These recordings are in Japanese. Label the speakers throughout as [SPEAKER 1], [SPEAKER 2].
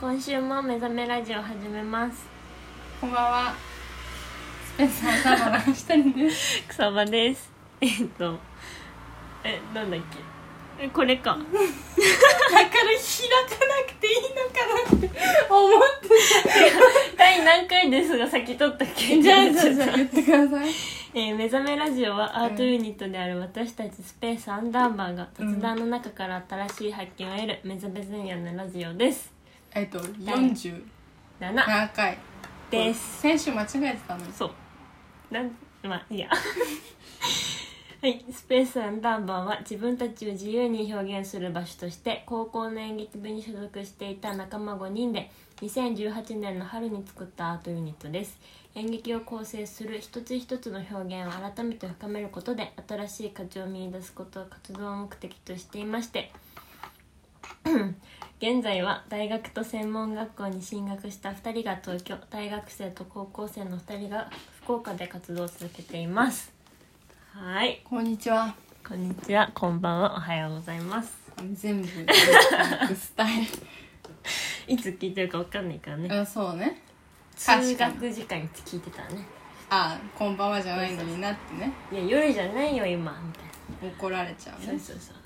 [SPEAKER 1] 今週も目覚めラジオ始めます
[SPEAKER 2] こんばんは。スペースのタボの一人です。
[SPEAKER 1] 草場ですえっとえなんだっけえこれか
[SPEAKER 2] だから開かなくていいのかなって思って
[SPEAKER 1] 第何回ですが先取ったっけ
[SPEAKER 2] た。 じゃあじゃあじゃあ言ってください。
[SPEAKER 1] えー目覚めラジオはアートユニットである私たちスペースアンダーバーが雑談の中から新しい発見を得る目覚め前夜のラジオです
[SPEAKER 2] えっと四十
[SPEAKER 1] 7
[SPEAKER 2] 七回
[SPEAKER 1] です
[SPEAKER 2] 先週間違えてたの。
[SPEAKER 1] そうなんまあいいや はい、スペースアンダーバーは自分たちを自由に表現する場所として高校の演劇部に所属していた仲間5人で2018年の春に作ったアートユニットです演劇を構成する一つ一つの表現を改めて深めることで新しい価値を見出すことを活動目的としていまして現在は大学と専門学校に進学した2人が東京大学生と高校生の2人が福岡で活動を続けていますはい
[SPEAKER 2] こんにちは。
[SPEAKER 1] こんにちはこんばんはおはようございます
[SPEAKER 2] 全部スタイ
[SPEAKER 1] いつ聞いてるかわかんないから
[SPEAKER 2] ル。
[SPEAKER 1] ね
[SPEAKER 2] あそうね。
[SPEAKER 1] 通
[SPEAKER 2] 確かに
[SPEAKER 1] 学時間に聞いてたらね
[SPEAKER 2] あこんばんはじゃないのになってね
[SPEAKER 1] いや夜じゃないよ今みたい
[SPEAKER 2] 怒られちゃ
[SPEAKER 1] な
[SPEAKER 2] う
[SPEAKER 1] そう
[SPEAKER 2] ね。
[SPEAKER 1] そうそう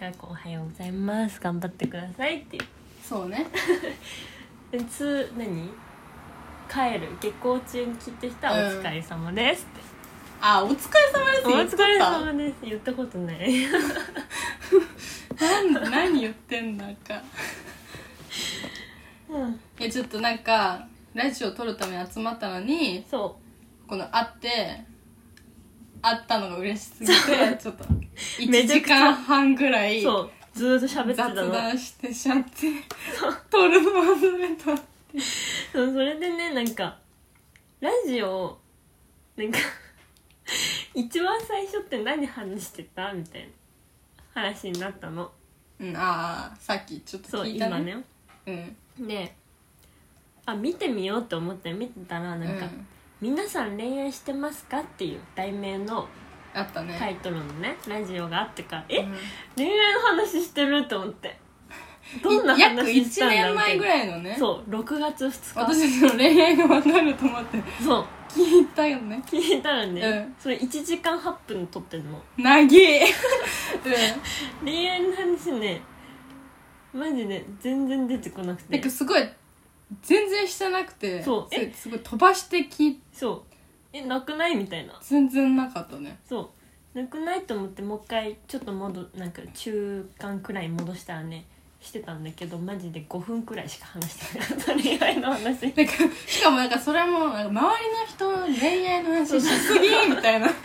[SPEAKER 1] がこうおはようございます頑張ってくださいっていう
[SPEAKER 2] そうね。
[SPEAKER 1] でつ何帰る下校中に聞いてきたお疲れ様ですって、
[SPEAKER 2] あお疲れ様です。
[SPEAKER 1] お疲れ
[SPEAKER 2] 言っ
[SPEAKER 1] 様です言ったことない
[SPEAKER 2] とった。なん何言ってんだか。
[SPEAKER 1] うん
[SPEAKER 2] えちょっとなんかラジオ撮るために集まったのに
[SPEAKER 1] そ
[SPEAKER 2] この会って会ったのが嬉しすぎてちょっと1
[SPEAKER 1] めちゃ
[SPEAKER 2] 時
[SPEAKER 1] くちゃ
[SPEAKER 2] 間半ぐら
[SPEAKER 1] う
[SPEAKER 2] い
[SPEAKER 1] そうずーっと喋ってた
[SPEAKER 2] 雑
[SPEAKER 1] の
[SPEAKER 2] 談してしゃって撮るの忘れた
[SPEAKER 1] そうそれでねなんかラジオなんか 一番最初って何話してたみたいな話になったの
[SPEAKER 2] うんああさっきちょっと
[SPEAKER 1] そう
[SPEAKER 2] 聞いた
[SPEAKER 1] 今
[SPEAKER 2] ね
[SPEAKER 1] ね
[SPEAKER 2] うん
[SPEAKER 1] であ見てみようと思って見てたらなんか、
[SPEAKER 2] うん
[SPEAKER 1] 皆さん恋愛してますか?」っていう題名の
[SPEAKER 2] あったね、
[SPEAKER 1] タイトルのねラジオがあってから「え、
[SPEAKER 2] うん
[SPEAKER 1] 恋愛の話してる?」と思ってどんない
[SPEAKER 2] 約
[SPEAKER 1] 話し
[SPEAKER 2] 1
[SPEAKER 1] たんだろう
[SPEAKER 2] 年前ぐ
[SPEAKER 1] い
[SPEAKER 2] らいのね
[SPEAKER 1] そう6月2日
[SPEAKER 2] 私たちの恋愛が分かると思って
[SPEAKER 1] そう
[SPEAKER 2] 聞いたよね
[SPEAKER 1] 聞いたらね、
[SPEAKER 2] うん
[SPEAKER 1] それ1時間8分撮ってんの
[SPEAKER 2] なぎうん
[SPEAKER 1] 恋愛の話ねマジで全然出てこなく
[SPEAKER 2] なん
[SPEAKER 1] て
[SPEAKER 2] かすごい全然してなくて
[SPEAKER 1] そうえ
[SPEAKER 2] すすごい飛ばして聞い
[SPEAKER 1] そうえなくないみたいな
[SPEAKER 2] 全然なかったね
[SPEAKER 1] そうなくないと思ってもう一回ちょっと戻なんか中間くらい戻したらねしてたんだけどマジで5分くらいしか話してなかった恋愛の話
[SPEAKER 2] なんかしかもなんかそれもなんか周りの人恋愛の話しすぎみたいな
[SPEAKER 1] やっ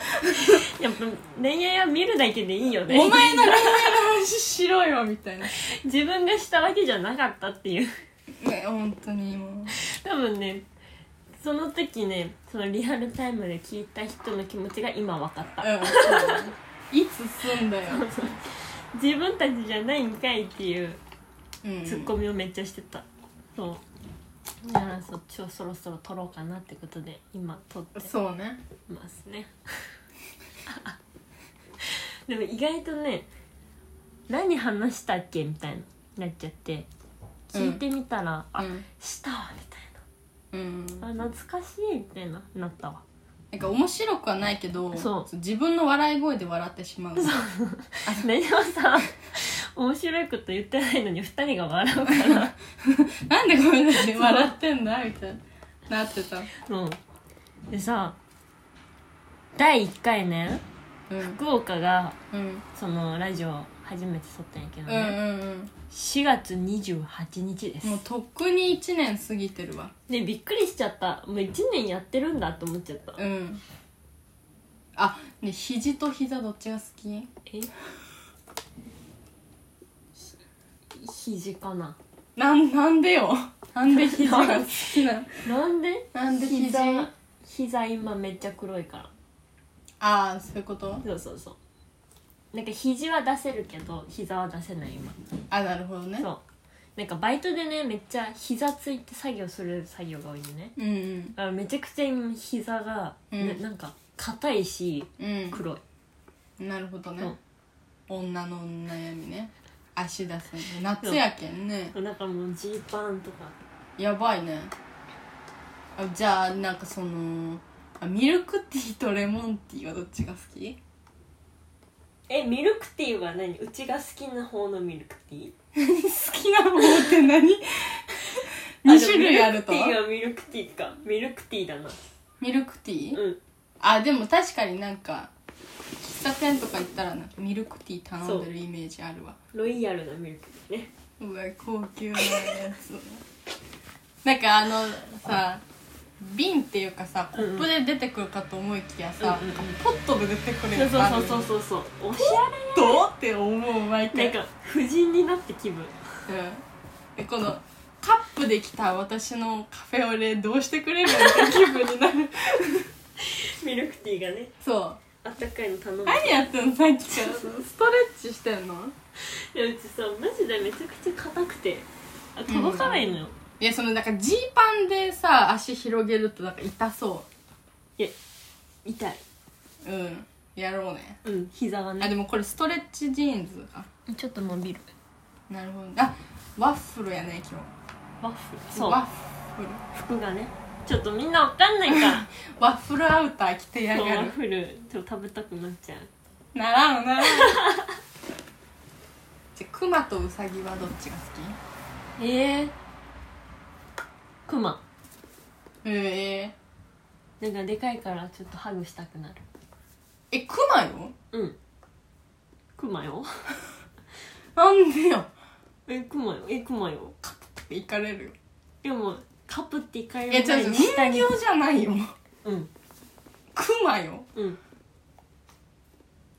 [SPEAKER 1] ぱ恋愛は見るだけでいいよ
[SPEAKER 2] お前
[SPEAKER 1] ね
[SPEAKER 2] の恋愛の話しろよみたいなね
[SPEAKER 1] 自分がしたわけじゃなかったっていう
[SPEAKER 2] 本当にもう
[SPEAKER 1] 多分ねその時ねそのリアルタイムで聞いた人の気持ちが今分かった
[SPEAKER 2] うんそうだねいつすんだよ、
[SPEAKER 1] 自分たちじゃないんかいっていう
[SPEAKER 2] うん、
[SPEAKER 1] ツッコミをめっちゃしてた、そうだからそうちょそろそろ撮ろうかなってことで今撮って
[SPEAKER 2] そうね
[SPEAKER 1] ますね でも意外とね何話したっけみたいになっちゃって聞いてみたら、あ
[SPEAKER 2] うん
[SPEAKER 1] したわみたい
[SPEAKER 2] うん、
[SPEAKER 1] なあ懐かしいみたいななったわ
[SPEAKER 2] なんか面白くはないけど
[SPEAKER 1] そう
[SPEAKER 2] 自分の笑い声で笑ってしまう
[SPEAKER 1] ねでもさ面白いこと言ってないのに2人が笑うから
[SPEAKER 2] なんでこんなに笑ってんだみたいななってた
[SPEAKER 1] そうでさ第1回ね
[SPEAKER 2] うん
[SPEAKER 1] 福岡が
[SPEAKER 2] うん
[SPEAKER 1] そのラジオ初めて撮ったんやけど
[SPEAKER 2] うん
[SPEAKER 1] ね、
[SPEAKER 2] うん
[SPEAKER 1] 4月28日で
[SPEAKER 2] う
[SPEAKER 1] す
[SPEAKER 2] んもうとっくに1年過ぎてるわ
[SPEAKER 1] ねびっくりしちゃったもう1年やってるんだと思っちゃった
[SPEAKER 2] うんあね肘と膝どっちが好き
[SPEAKER 1] えひ肘かな
[SPEAKER 2] なんなんでよなんで膝が好きなの
[SPEAKER 1] なんで
[SPEAKER 2] なんで膝
[SPEAKER 1] 膝膝今めっちゃ黒いから
[SPEAKER 2] ああそういうこと
[SPEAKER 1] そうそうそうなんか肘は出せるけど膝は出せない今
[SPEAKER 2] あなるほどね
[SPEAKER 1] そうなんかバイトでねめっちゃ膝ついて作業する作業が多いのね
[SPEAKER 2] うんうん
[SPEAKER 1] あめちゃくちゃ今膝が、
[SPEAKER 2] うん
[SPEAKER 1] ななんか硬いし
[SPEAKER 2] うん
[SPEAKER 1] 黒い、
[SPEAKER 2] なるほ
[SPEAKER 1] そ
[SPEAKER 2] ど
[SPEAKER 1] う
[SPEAKER 2] ね女の悩みね足出すんで夏やけんね
[SPEAKER 1] なんかもうジーパンとか
[SPEAKER 2] やばいねあじゃあなんかそのあミルクティーとレモンティーはどっちが好き
[SPEAKER 1] えミルクティーは何うちが好きな方のミルクティー
[SPEAKER 2] 好きなものって 何 ?2 種類あると
[SPEAKER 1] ミルクティーはミルクティーかミルクティーだな
[SPEAKER 2] ミルクティー
[SPEAKER 1] うん
[SPEAKER 2] あでも確かになんか喫茶店とか行ったらなんかミルクティー頼んでるイメージあるわ
[SPEAKER 1] ロイヤルなミルクティーね
[SPEAKER 2] うわ高級なやつなんかあのさ瓶っていうかさコップで出てくるかと思いきやさ、
[SPEAKER 1] うんうんうん
[SPEAKER 2] ポットで出てくる
[SPEAKER 1] そう
[SPEAKER 2] やつある
[SPEAKER 1] そうそう
[SPEAKER 2] う
[SPEAKER 1] そうそうおし
[SPEAKER 2] どうって思う毎
[SPEAKER 1] ゃれ
[SPEAKER 2] 回
[SPEAKER 1] なんか婦人になって気分
[SPEAKER 2] うんでこのカップで来た私のカフェオレどうしてくれるのって気分にな る
[SPEAKER 1] ミルクティーがね
[SPEAKER 2] そう
[SPEAKER 1] あったかいの頼む
[SPEAKER 2] 何やってんのさっきからストレッチしてんの
[SPEAKER 1] いやうちさマジでめちゃくちゃ硬くてあ届かないのよ、
[SPEAKER 2] いやそのなんかジーパンでさ足広げるとなんか痛そ
[SPEAKER 1] 痛いう
[SPEAKER 2] うんやろうね
[SPEAKER 1] うん膝は
[SPEAKER 2] あで
[SPEAKER 1] ね
[SPEAKER 2] もこれストレッチジーンズか
[SPEAKER 1] ちょっと伸びる
[SPEAKER 2] なるほどあワッフルやね今
[SPEAKER 1] ワッフル
[SPEAKER 2] 日
[SPEAKER 1] そう
[SPEAKER 2] ワッフル
[SPEAKER 1] 服がねちょっとみんなわかんないか
[SPEAKER 2] ワッフルアウター着て
[SPEAKER 1] ら
[SPEAKER 2] や
[SPEAKER 1] そうワ
[SPEAKER 2] が
[SPEAKER 1] ッ
[SPEAKER 2] る
[SPEAKER 1] フルちょっと食べたくなっちゃう
[SPEAKER 2] ならんならん じゃあクマとウサギはどっちが好
[SPEAKER 1] ええクマ
[SPEAKER 2] きえー、
[SPEAKER 1] なんかでかいからちょっとハグしたくなる
[SPEAKER 2] えクマよ
[SPEAKER 1] うんクマよ
[SPEAKER 2] なんでよ
[SPEAKER 1] えクマよえクマよ
[SPEAKER 2] 行かれるよ
[SPEAKER 1] でもカプって一回
[SPEAKER 2] いや違う違う人
[SPEAKER 1] に
[SPEAKER 2] 形じゃないよ
[SPEAKER 1] うん
[SPEAKER 2] クマよ
[SPEAKER 1] うん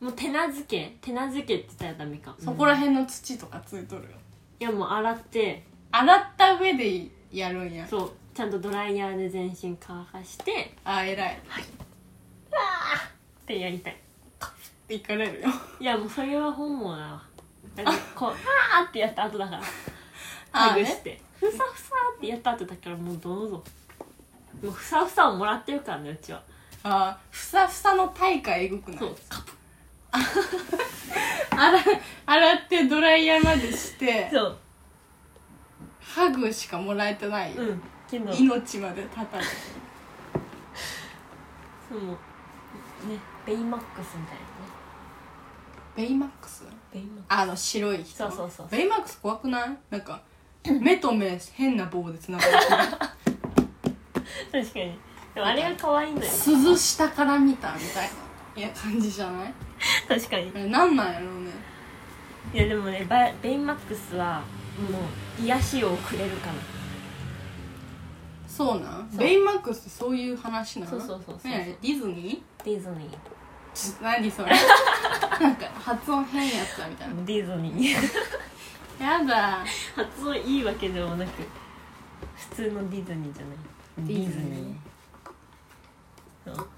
[SPEAKER 1] もう手なずけ手なずけって言ったらダメか
[SPEAKER 2] そこら
[SPEAKER 1] うん
[SPEAKER 2] 辺の土とかついとるよ
[SPEAKER 1] いやもう洗って
[SPEAKER 2] 洗った上でやるんや
[SPEAKER 1] そうちゃんとドライヤーで全身乾かして
[SPEAKER 2] あ偉い
[SPEAKER 1] ってやりたい
[SPEAKER 2] 行かれるよ
[SPEAKER 1] いやもうそれは本望だわだってこう「あー」ってやった後だから
[SPEAKER 2] あ
[SPEAKER 1] ハ
[SPEAKER 2] あ
[SPEAKER 1] グ
[SPEAKER 2] ね
[SPEAKER 1] してふさふさってやった後だからもうどうぞもうふさふさをもらってるからねうちは
[SPEAKER 2] あふさふさの大会えぐくない
[SPEAKER 1] そうカプ
[SPEAKER 2] 洗洗ってドライヤーまでして
[SPEAKER 1] そう
[SPEAKER 2] ハグしかもらえてないよ、
[SPEAKER 1] うんけど
[SPEAKER 2] 命までたたる
[SPEAKER 1] そのねベイマックスみたいなね
[SPEAKER 2] ベイマックス
[SPEAKER 1] ベイマック
[SPEAKER 2] あの白い人
[SPEAKER 1] そうそうそう
[SPEAKER 2] ベイマックス怖くないなんか目と目変な棒でつながってる
[SPEAKER 1] ス確かにでもあれが可 愛いんだよ
[SPEAKER 2] 鈴下から見たみたいないや感じじゃない
[SPEAKER 1] 確かに
[SPEAKER 2] あれなんなんやろうね
[SPEAKER 1] いやでもねバベイマックスはもう癒しをくれるかな
[SPEAKER 2] そうなん
[SPEAKER 1] そう
[SPEAKER 2] ベイマックスってそういう話な
[SPEAKER 1] そ
[SPEAKER 2] の
[SPEAKER 1] うそうそうそう
[SPEAKER 2] ねディズニ
[SPEAKER 1] ディズニー
[SPEAKER 2] ーち何それ なんか発音変やったみたい
[SPEAKER 1] ディズニー
[SPEAKER 2] なやだ
[SPEAKER 1] 発音いいわけでもなく普通のディズニーじゃない
[SPEAKER 2] ディズニー
[SPEAKER 1] そう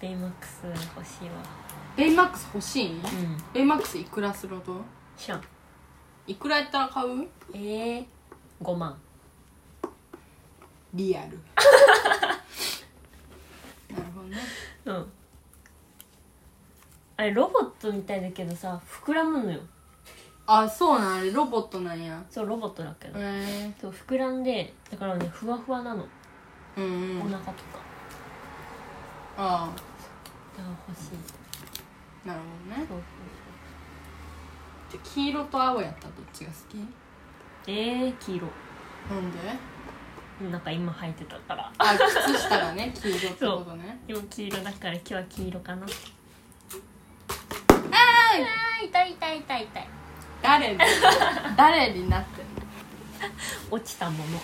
[SPEAKER 1] ベイマックス欲しいわ
[SPEAKER 2] ベイマックス欲しい
[SPEAKER 1] うん
[SPEAKER 2] ベイマックスいくらすると
[SPEAKER 1] シャン
[SPEAKER 2] いくらやったら買う
[SPEAKER 1] ええー、5万
[SPEAKER 2] リア ルなるほどね
[SPEAKER 1] うんあれロボットみたいだけどさ膨らむのよ
[SPEAKER 2] あそうなんあれロボットなんや
[SPEAKER 1] そうロボットだけ
[SPEAKER 2] へ
[SPEAKER 1] ど、
[SPEAKER 2] え
[SPEAKER 1] そう膨らんでだからねふわふわなの
[SPEAKER 2] うん
[SPEAKER 1] お
[SPEAKER 2] うん
[SPEAKER 1] 腹とか
[SPEAKER 2] あ
[SPEAKER 1] だから欲しい
[SPEAKER 2] あなるほどね
[SPEAKER 1] そう
[SPEAKER 2] じゃあ黄色と青やったらどっちが好き
[SPEAKER 1] ええー、黄色
[SPEAKER 2] なんで
[SPEAKER 1] なんか今履いてたから
[SPEAKER 2] あ靴下がね 黄色ってことね
[SPEAKER 1] でも黄色だから今日は黄色かなあ
[SPEAKER 2] あー
[SPEAKER 1] ー痛い痛い痛い痛い
[SPEAKER 2] 誰に 誰になってんの
[SPEAKER 1] 落ちたもの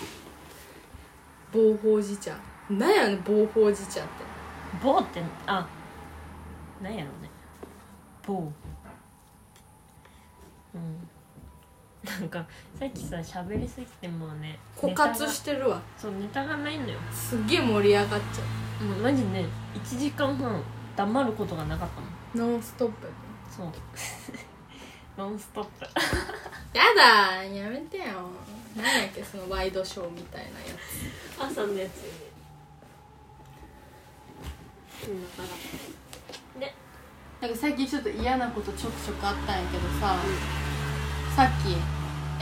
[SPEAKER 2] 暴法寺茶なんやねん暴法寺茶って
[SPEAKER 1] 棒ってあなんやろうね棒うんなんかさっきさ喋りすぎてもうね
[SPEAKER 2] 枯渇しててるわ
[SPEAKER 1] そうネタがないのよ
[SPEAKER 2] すっげえ盛り上がっちゃ
[SPEAKER 1] もうマジね1時間半黙ることがなかったの
[SPEAKER 2] うノンストップ
[SPEAKER 1] そう ノンストップ
[SPEAKER 2] やだーやめてよなんやっけそのワイドショーみたいなや
[SPEAKER 1] 朝のやつよねうんだから
[SPEAKER 2] つなんか最近ちょっと嫌なことちょくちょくあったんやけどさ、さっき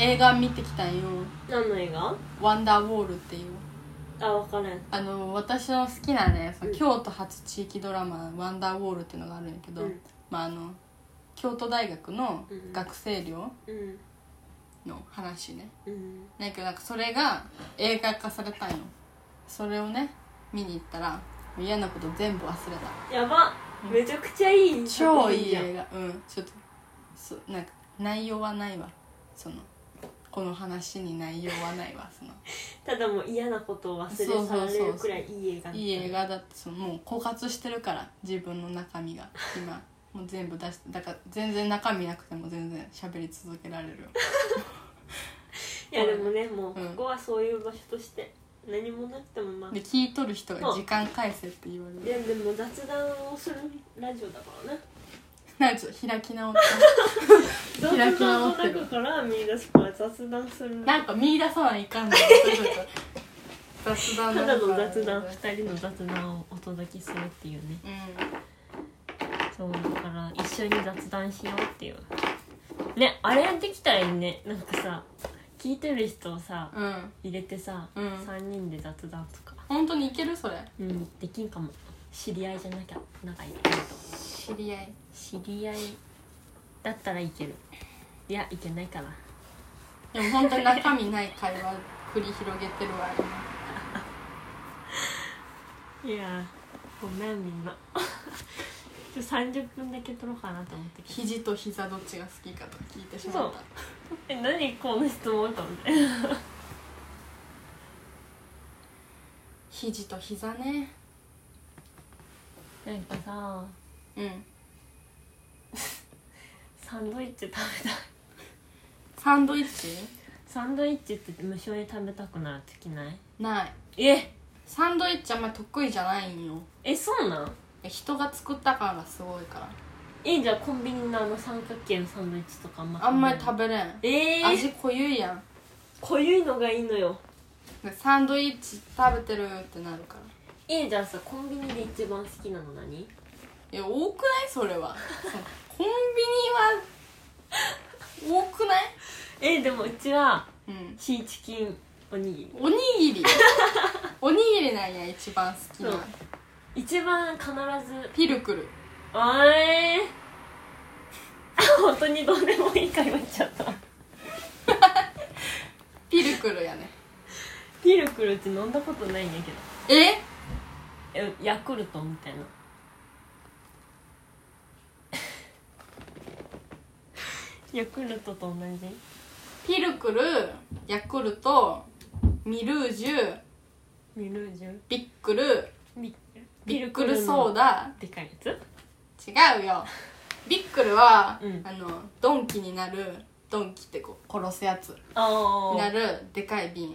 [SPEAKER 2] 映画見てきたんよ
[SPEAKER 1] 何の映画
[SPEAKER 2] 「ワンダーウォール」っていう
[SPEAKER 1] あ分からん
[SPEAKER 2] あの私の好きなね、その
[SPEAKER 1] うん
[SPEAKER 2] 京都発地域ドラマ「ワンダーウォール」っていうのがあるんやけど、
[SPEAKER 1] うん
[SPEAKER 2] まあ、あの京都大学の
[SPEAKER 1] うん
[SPEAKER 2] 学生寮
[SPEAKER 1] うん
[SPEAKER 2] の話ね
[SPEAKER 1] うん
[SPEAKER 2] なんかなんかそれが映画化されたんよそれをね見に行ったらもう嫌なこと全部忘れた
[SPEAKER 1] やば
[SPEAKER 2] うん
[SPEAKER 1] めちゃくちゃいい
[SPEAKER 2] 超
[SPEAKER 1] 作
[SPEAKER 2] い
[SPEAKER 1] 品
[SPEAKER 2] い
[SPEAKER 1] じゃん
[SPEAKER 2] 映画うんちょっとそなんか内容はないわそのこの話に内容はないわその
[SPEAKER 1] ただもう嫌なことを忘れ去られるくらいいい映画
[SPEAKER 2] いい映画だってそのもう枯渇してるから自分の中身が今もう全部出してだから全然中身なくても全然喋り続けられるよ
[SPEAKER 1] いやでもねもうこ
[SPEAKER 2] うん
[SPEAKER 1] こはそういう場所として何もなくてもまあ
[SPEAKER 2] で聞いとる人が時間返せって言わ
[SPEAKER 1] い
[SPEAKER 2] れる
[SPEAKER 1] やでも雑談をするラジオだからね
[SPEAKER 2] なんかちょっと開き直って
[SPEAKER 1] 雑
[SPEAKER 2] 開き
[SPEAKER 1] 談
[SPEAKER 2] 直
[SPEAKER 1] の
[SPEAKER 2] ってる
[SPEAKER 1] 中から見出すから雑談する
[SPEAKER 2] なんか見出さないかんの雑談
[SPEAKER 1] た
[SPEAKER 2] んか
[SPEAKER 1] だの雑談2人の雑談をお届けするっていうね
[SPEAKER 2] う
[SPEAKER 1] そうだから一緒に雑談しようっていうねあれできたらいいねなんかさ聞いてる人をさ
[SPEAKER 2] んうん
[SPEAKER 1] 入れてさ、
[SPEAKER 2] うん
[SPEAKER 1] 3人で雑談とか
[SPEAKER 2] 本当にいけるそれ
[SPEAKER 1] うんできんかも知り合いじゃなきゃ仲いいけないと
[SPEAKER 2] 知り合い
[SPEAKER 1] 知り合いだったらいけるいやいけないかな
[SPEAKER 2] でも本当に中身ない会話繰り広げてるわ今
[SPEAKER 1] いやごめんみ んなちょ30分だけ撮ろうかなと思ってけど
[SPEAKER 2] 肘と膝どっちが好きかとか聞いてしま
[SPEAKER 1] そ
[SPEAKER 2] った
[SPEAKER 1] うえ何この質問かみたいな
[SPEAKER 2] 肘と膝ね
[SPEAKER 1] なんかさ
[SPEAKER 2] うん
[SPEAKER 1] サンドイッチ食べたい
[SPEAKER 2] サンドイッチ
[SPEAKER 1] サンドイッチって無性に食べたくなる時ない
[SPEAKER 2] ない
[SPEAKER 1] え
[SPEAKER 2] サンドイッチあんまり得意じゃないんよ
[SPEAKER 1] えそうなん
[SPEAKER 2] 人が作った感がすごいから
[SPEAKER 1] えじゃあコンビニのあの三角形のサンドイッチとかあんま
[SPEAKER 2] あんまり
[SPEAKER 1] 食
[SPEAKER 2] 食べれ
[SPEAKER 1] べ
[SPEAKER 2] ん
[SPEAKER 1] ないえー、
[SPEAKER 2] 味濃ゆいやん
[SPEAKER 1] 濃ゆいのがいいのよ
[SPEAKER 2] でサンドイッチ食べてるってなるから
[SPEAKER 1] えじゃあさコンビニで一番好きなの何
[SPEAKER 2] いや多くないそれはコンビニは多くない
[SPEAKER 1] えでもうちは
[SPEAKER 2] うん
[SPEAKER 1] シーチキンおにぎ
[SPEAKER 2] おにぎり おにぎりなんや一番好きな
[SPEAKER 1] そうり一番必ず
[SPEAKER 2] ピルクル
[SPEAKER 1] あえー、 本当にどうでもいい会話言っちゃった
[SPEAKER 2] ピルクルやね
[SPEAKER 1] ピルクルって飲んだことないんやけ
[SPEAKER 2] え
[SPEAKER 1] どえヤクルトみたいな ヤクルトと同じ
[SPEAKER 2] ピルクルヤクルトミルージュ
[SPEAKER 1] ミルージュ
[SPEAKER 2] ビックル
[SPEAKER 1] ビ
[SPEAKER 2] ビックルソーダ
[SPEAKER 1] でかいや
[SPEAKER 2] 違うよビックルは、
[SPEAKER 1] うん
[SPEAKER 2] あのドンキになるドンキってこう殺すやつ
[SPEAKER 1] つああ
[SPEAKER 2] な
[SPEAKER 1] はい
[SPEAKER 2] るでかい瓶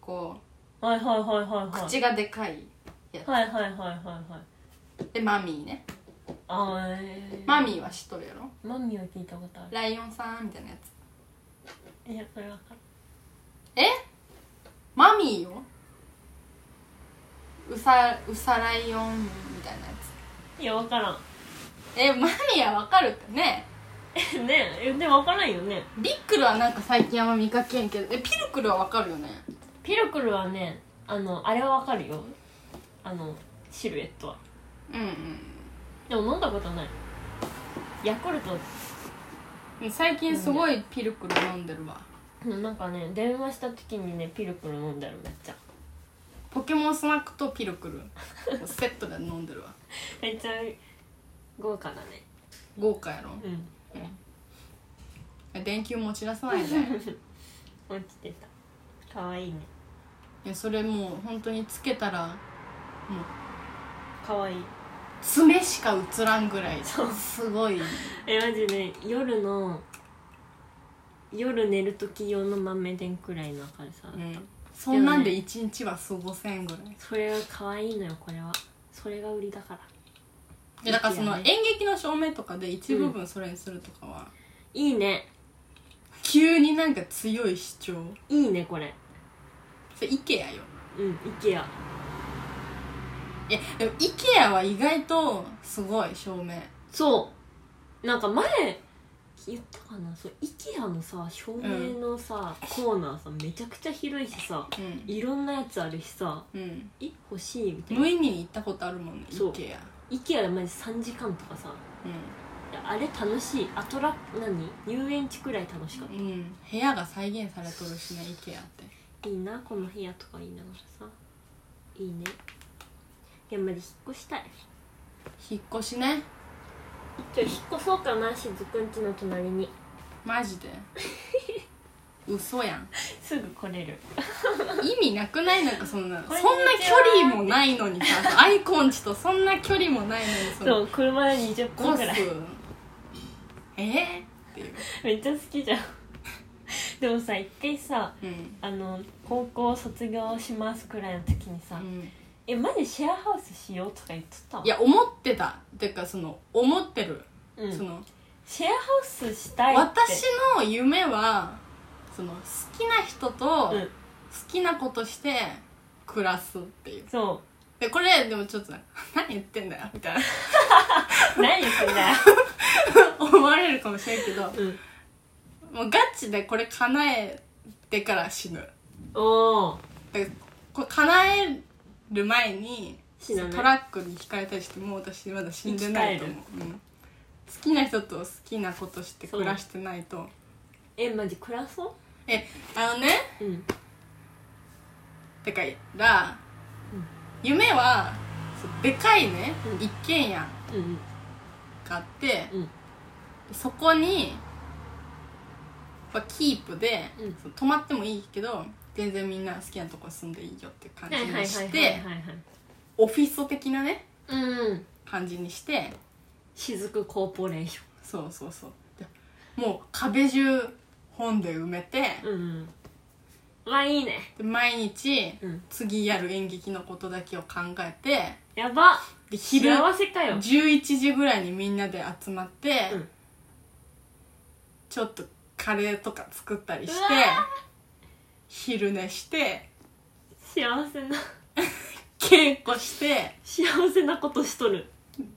[SPEAKER 2] こ
[SPEAKER 1] はいはいはいは
[SPEAKER 2] う
[SPEAKER 1] い
[SPEAKER 2] 口がでかいやつ、
[SPEAKER 1] はいはいはいはいはい
[SPEAKER 2] でマミーね
[SPEAKER 1] あーえー
[SPEAKER 2] マミーは知っとるやろ
[SPEAKER 1] マミは聞いたことあ
[SPEAKER 2] ライオンさんみたいなやつ
[SPEAKER 1] るいやそれわかる
[SPEAKER 2] えマミーよウサウサライオンみたいなや
[SPEAKER 1] いやわからん
[SPEAKER 2] つえマミーはわかるってね
[SPEAKER 1] ねえでもわからんよね
[SPEAKER 2] ビックルはなんか最近あんま見かけんけどえピルクルはわかるよね
[SPEAKER 1] ピルクルはねあのあれはわかるよあのシルエットは
[SPEAKER 2] うん
[SPEAKER 1] でも飲んだことないヤクルト
[SPEAKER 2] うん最近すごいピルクル飲んでるわ
[SPEAKER 1] うんなんかね電話した時にねピルクル飲んだよめっちゃ
[SPEAKER 2] ポケモンスナックとピルク ルセットで飲んでるわ
[SPEAKER 1] めっちゃ豪華だね
[SPEAKER 2] 豪華やろ
[SPEAKER 1] うん
[SPEAKER 2] え電球持ち出さない で
[SPEAKER 1] 落ちてたかわいいね
[SPEAKER 2] いやそれもう本当につけたらもう
[SPEAKER 1] かわいい
[SPEAKER 2] 爪しか映らんぐらい
[SPEAKER 1] そう
[SPEAKER 2] すごい
[SPEAKER 1] えマジで夜の夜寝る時用の豆電くらいの明るさだった、
[SPEAKER 2] そんなんで一日は過ごせんぐらい
[SPEAKER 1] それは可愛いのよこれはそれが売りだから
[SPEAKER 2] いやだからその
[SPEAKER 1] いい
[SPEAKER 2] 演
[SPEAKER 1] よね
[SPEAKER 2] 劇の照明とかで一部分それにするとかは、
[SPEAKER 1] いいね
[SPEAKER 2] 急になんか強い主張
[SPEAKER 1] いいねこれ
[SPEAKER 2] それ IKEA よ
[SPEAKER 1] うん IKEA
[SPEAKER 2] いやでも IKEA は意外とすごい照明
[SPEAKER 1] そうなんか前言ったかなそう IKEA のさ照明のさ、コーナーさめちゃくちゃ広いしさ
[SPEAKER 2] うん、
[SPEAKER 1] いろんなやつあるしさ
[SPEAKER 2] うん、
[SPEAKER 1] え欲しいみたいな
[SPEAKER 2] 無意味に行ったことあるもんね
[SPEAKER 1] そう
[SPEAKER 2] IKEA う
[SPEAKER 1] IKEA でマジ3時間とかさいやあれ楽しいアトラ何遊園地くらい楽しかっ
[SPEAKER 2] ん、うん、部屋が再現されとるしね IKEA って
[SPEAKER 1] た、いいなこの部屋とか言いながらさいいねいやまで引っ越したい
[SPEAKER 2] 引っ越しね
[SPEAKER 1] ちょ引っ越そうかなしずくんちの隣に
[SPEAKER 2] マ ジで嘘やん
[SPEAKER 1] すぐ来れる
[SPEAKER 2] 意味なくないなんかそんなそ
[SPEAKER 1] こ
[SPEAKER 2] ん
[SPEAKER 1] ん
[SPEAKER 2] な
[SPEAKER 1] にちは
[SPEAKER 2] 距離もないのにさアイコンチとそんな距離もないのに
[SPEAKER 1] そ
[SPEAKER 2] その
[SPEAKER 1] う車で20分
[SPEAKER 2] コス
[SPEAKER 1] くらい
[SPEAKER 2] えー、っていう
[SPEAKER 1] めっちゃ好きじゃん でもさ一回さ
[SPEAKER 2] うん、
[SPEAKER 1] あの高校卒業しますくらいの時にさ「
[SPEAKER 2] うん、
[SPEAKER 1] えマジシェアハウスしよう」とか言っとったわ
[SPEAKER 2] いや思ってたてかその思ってる、
[SPEAKER 1] うん
[SPEAKER 2] その
[SPEAKER 1] シェアハウスしたいって
[SPEAKER 2] 私の夢はその好きな人と好
[SPEAKER 1] うん
[SPEAKER 2] きなことして暮らすっていう
[SPEAKER 1] そ
[SPEAKER 2] でこれでもちょっと 何言ってんだよみたいな
[SPEAKER 1] う何すんだよ、
[SPEAKER 2] 思われるかもしれんけど
[SPEAKER 1] うん、
[SPEAKER 2] もうガチでこれ叶えてから死ぬ
[SPEAKER 1] おお
[SPEAKER 2] でこれ叶える前に
[SPEAKER 1] 死なない
[SPEAKER 2] トラックにひかれたりしてもう私まだ死んでないと思う、うん、好きな人と好きなことして暮らしてないと
[SPEAKER 1] えマジ暮らそ
[SPEAKER 2] えあのね
[SPEAKER 1] ううん
[SPEAKER 2] だから、
[SPEAKER 1] うん
[SPEAKER 2] 夢はそうでかいね、
[SPEAKER 1] うん
[SPEAKER 2] 一軒家
[SPEAKER 1] うん
[SPEAKER 2] があって、
[SPEAKER 1] うん
[SPEAKER 2] そこに、まあ、キープで、
[SPEAKER 1] うん
[SPEAKER 2] その泊まってもいいけど全然みんな好きなとこ住んでいいよって感じ
[SPEAKER 1] はいはいはい
[SPEAKER 2] に
[SPEAKER 1] は
[SPEAKER 2] し
[SPEAKER 1] い
[SPEAKER 2] て
[SPEAKER 1] はいはい
[SPEAKER 2] オフィス的なね
[SPEAKER 1] うん
[SPEAKER 2] 感じにして
[SPEAKER 1] 雫コーポレーショ
[SPEAKER 2] そうそうそうでもう壁中本で埋めて、
[SPEAKER 1] ンうんわあいいね
[SPEAKER 2] で毎日、
[SPEAKER 1] うん
[SPEAKER 2] 次やる演劇のことだけを考えて
[SPEAKER 1] やば
[SPEAKER 2] で昼
[SPEAKER 1] 幸せかよ
[SPEAKER 2] 11時ぐらいにみんなで集まって、
[SPEAKER 1] うん
[SPEAKER 2] ちょっとカレーとか作ったりして
[SPEAKER 1] うわ
[SPEAKER 2] 昼寝して
[SPEAKER 1] 幸せな
[SPEAKER 2] 稽古して
[SPEAKER 1] 幸せなことしとる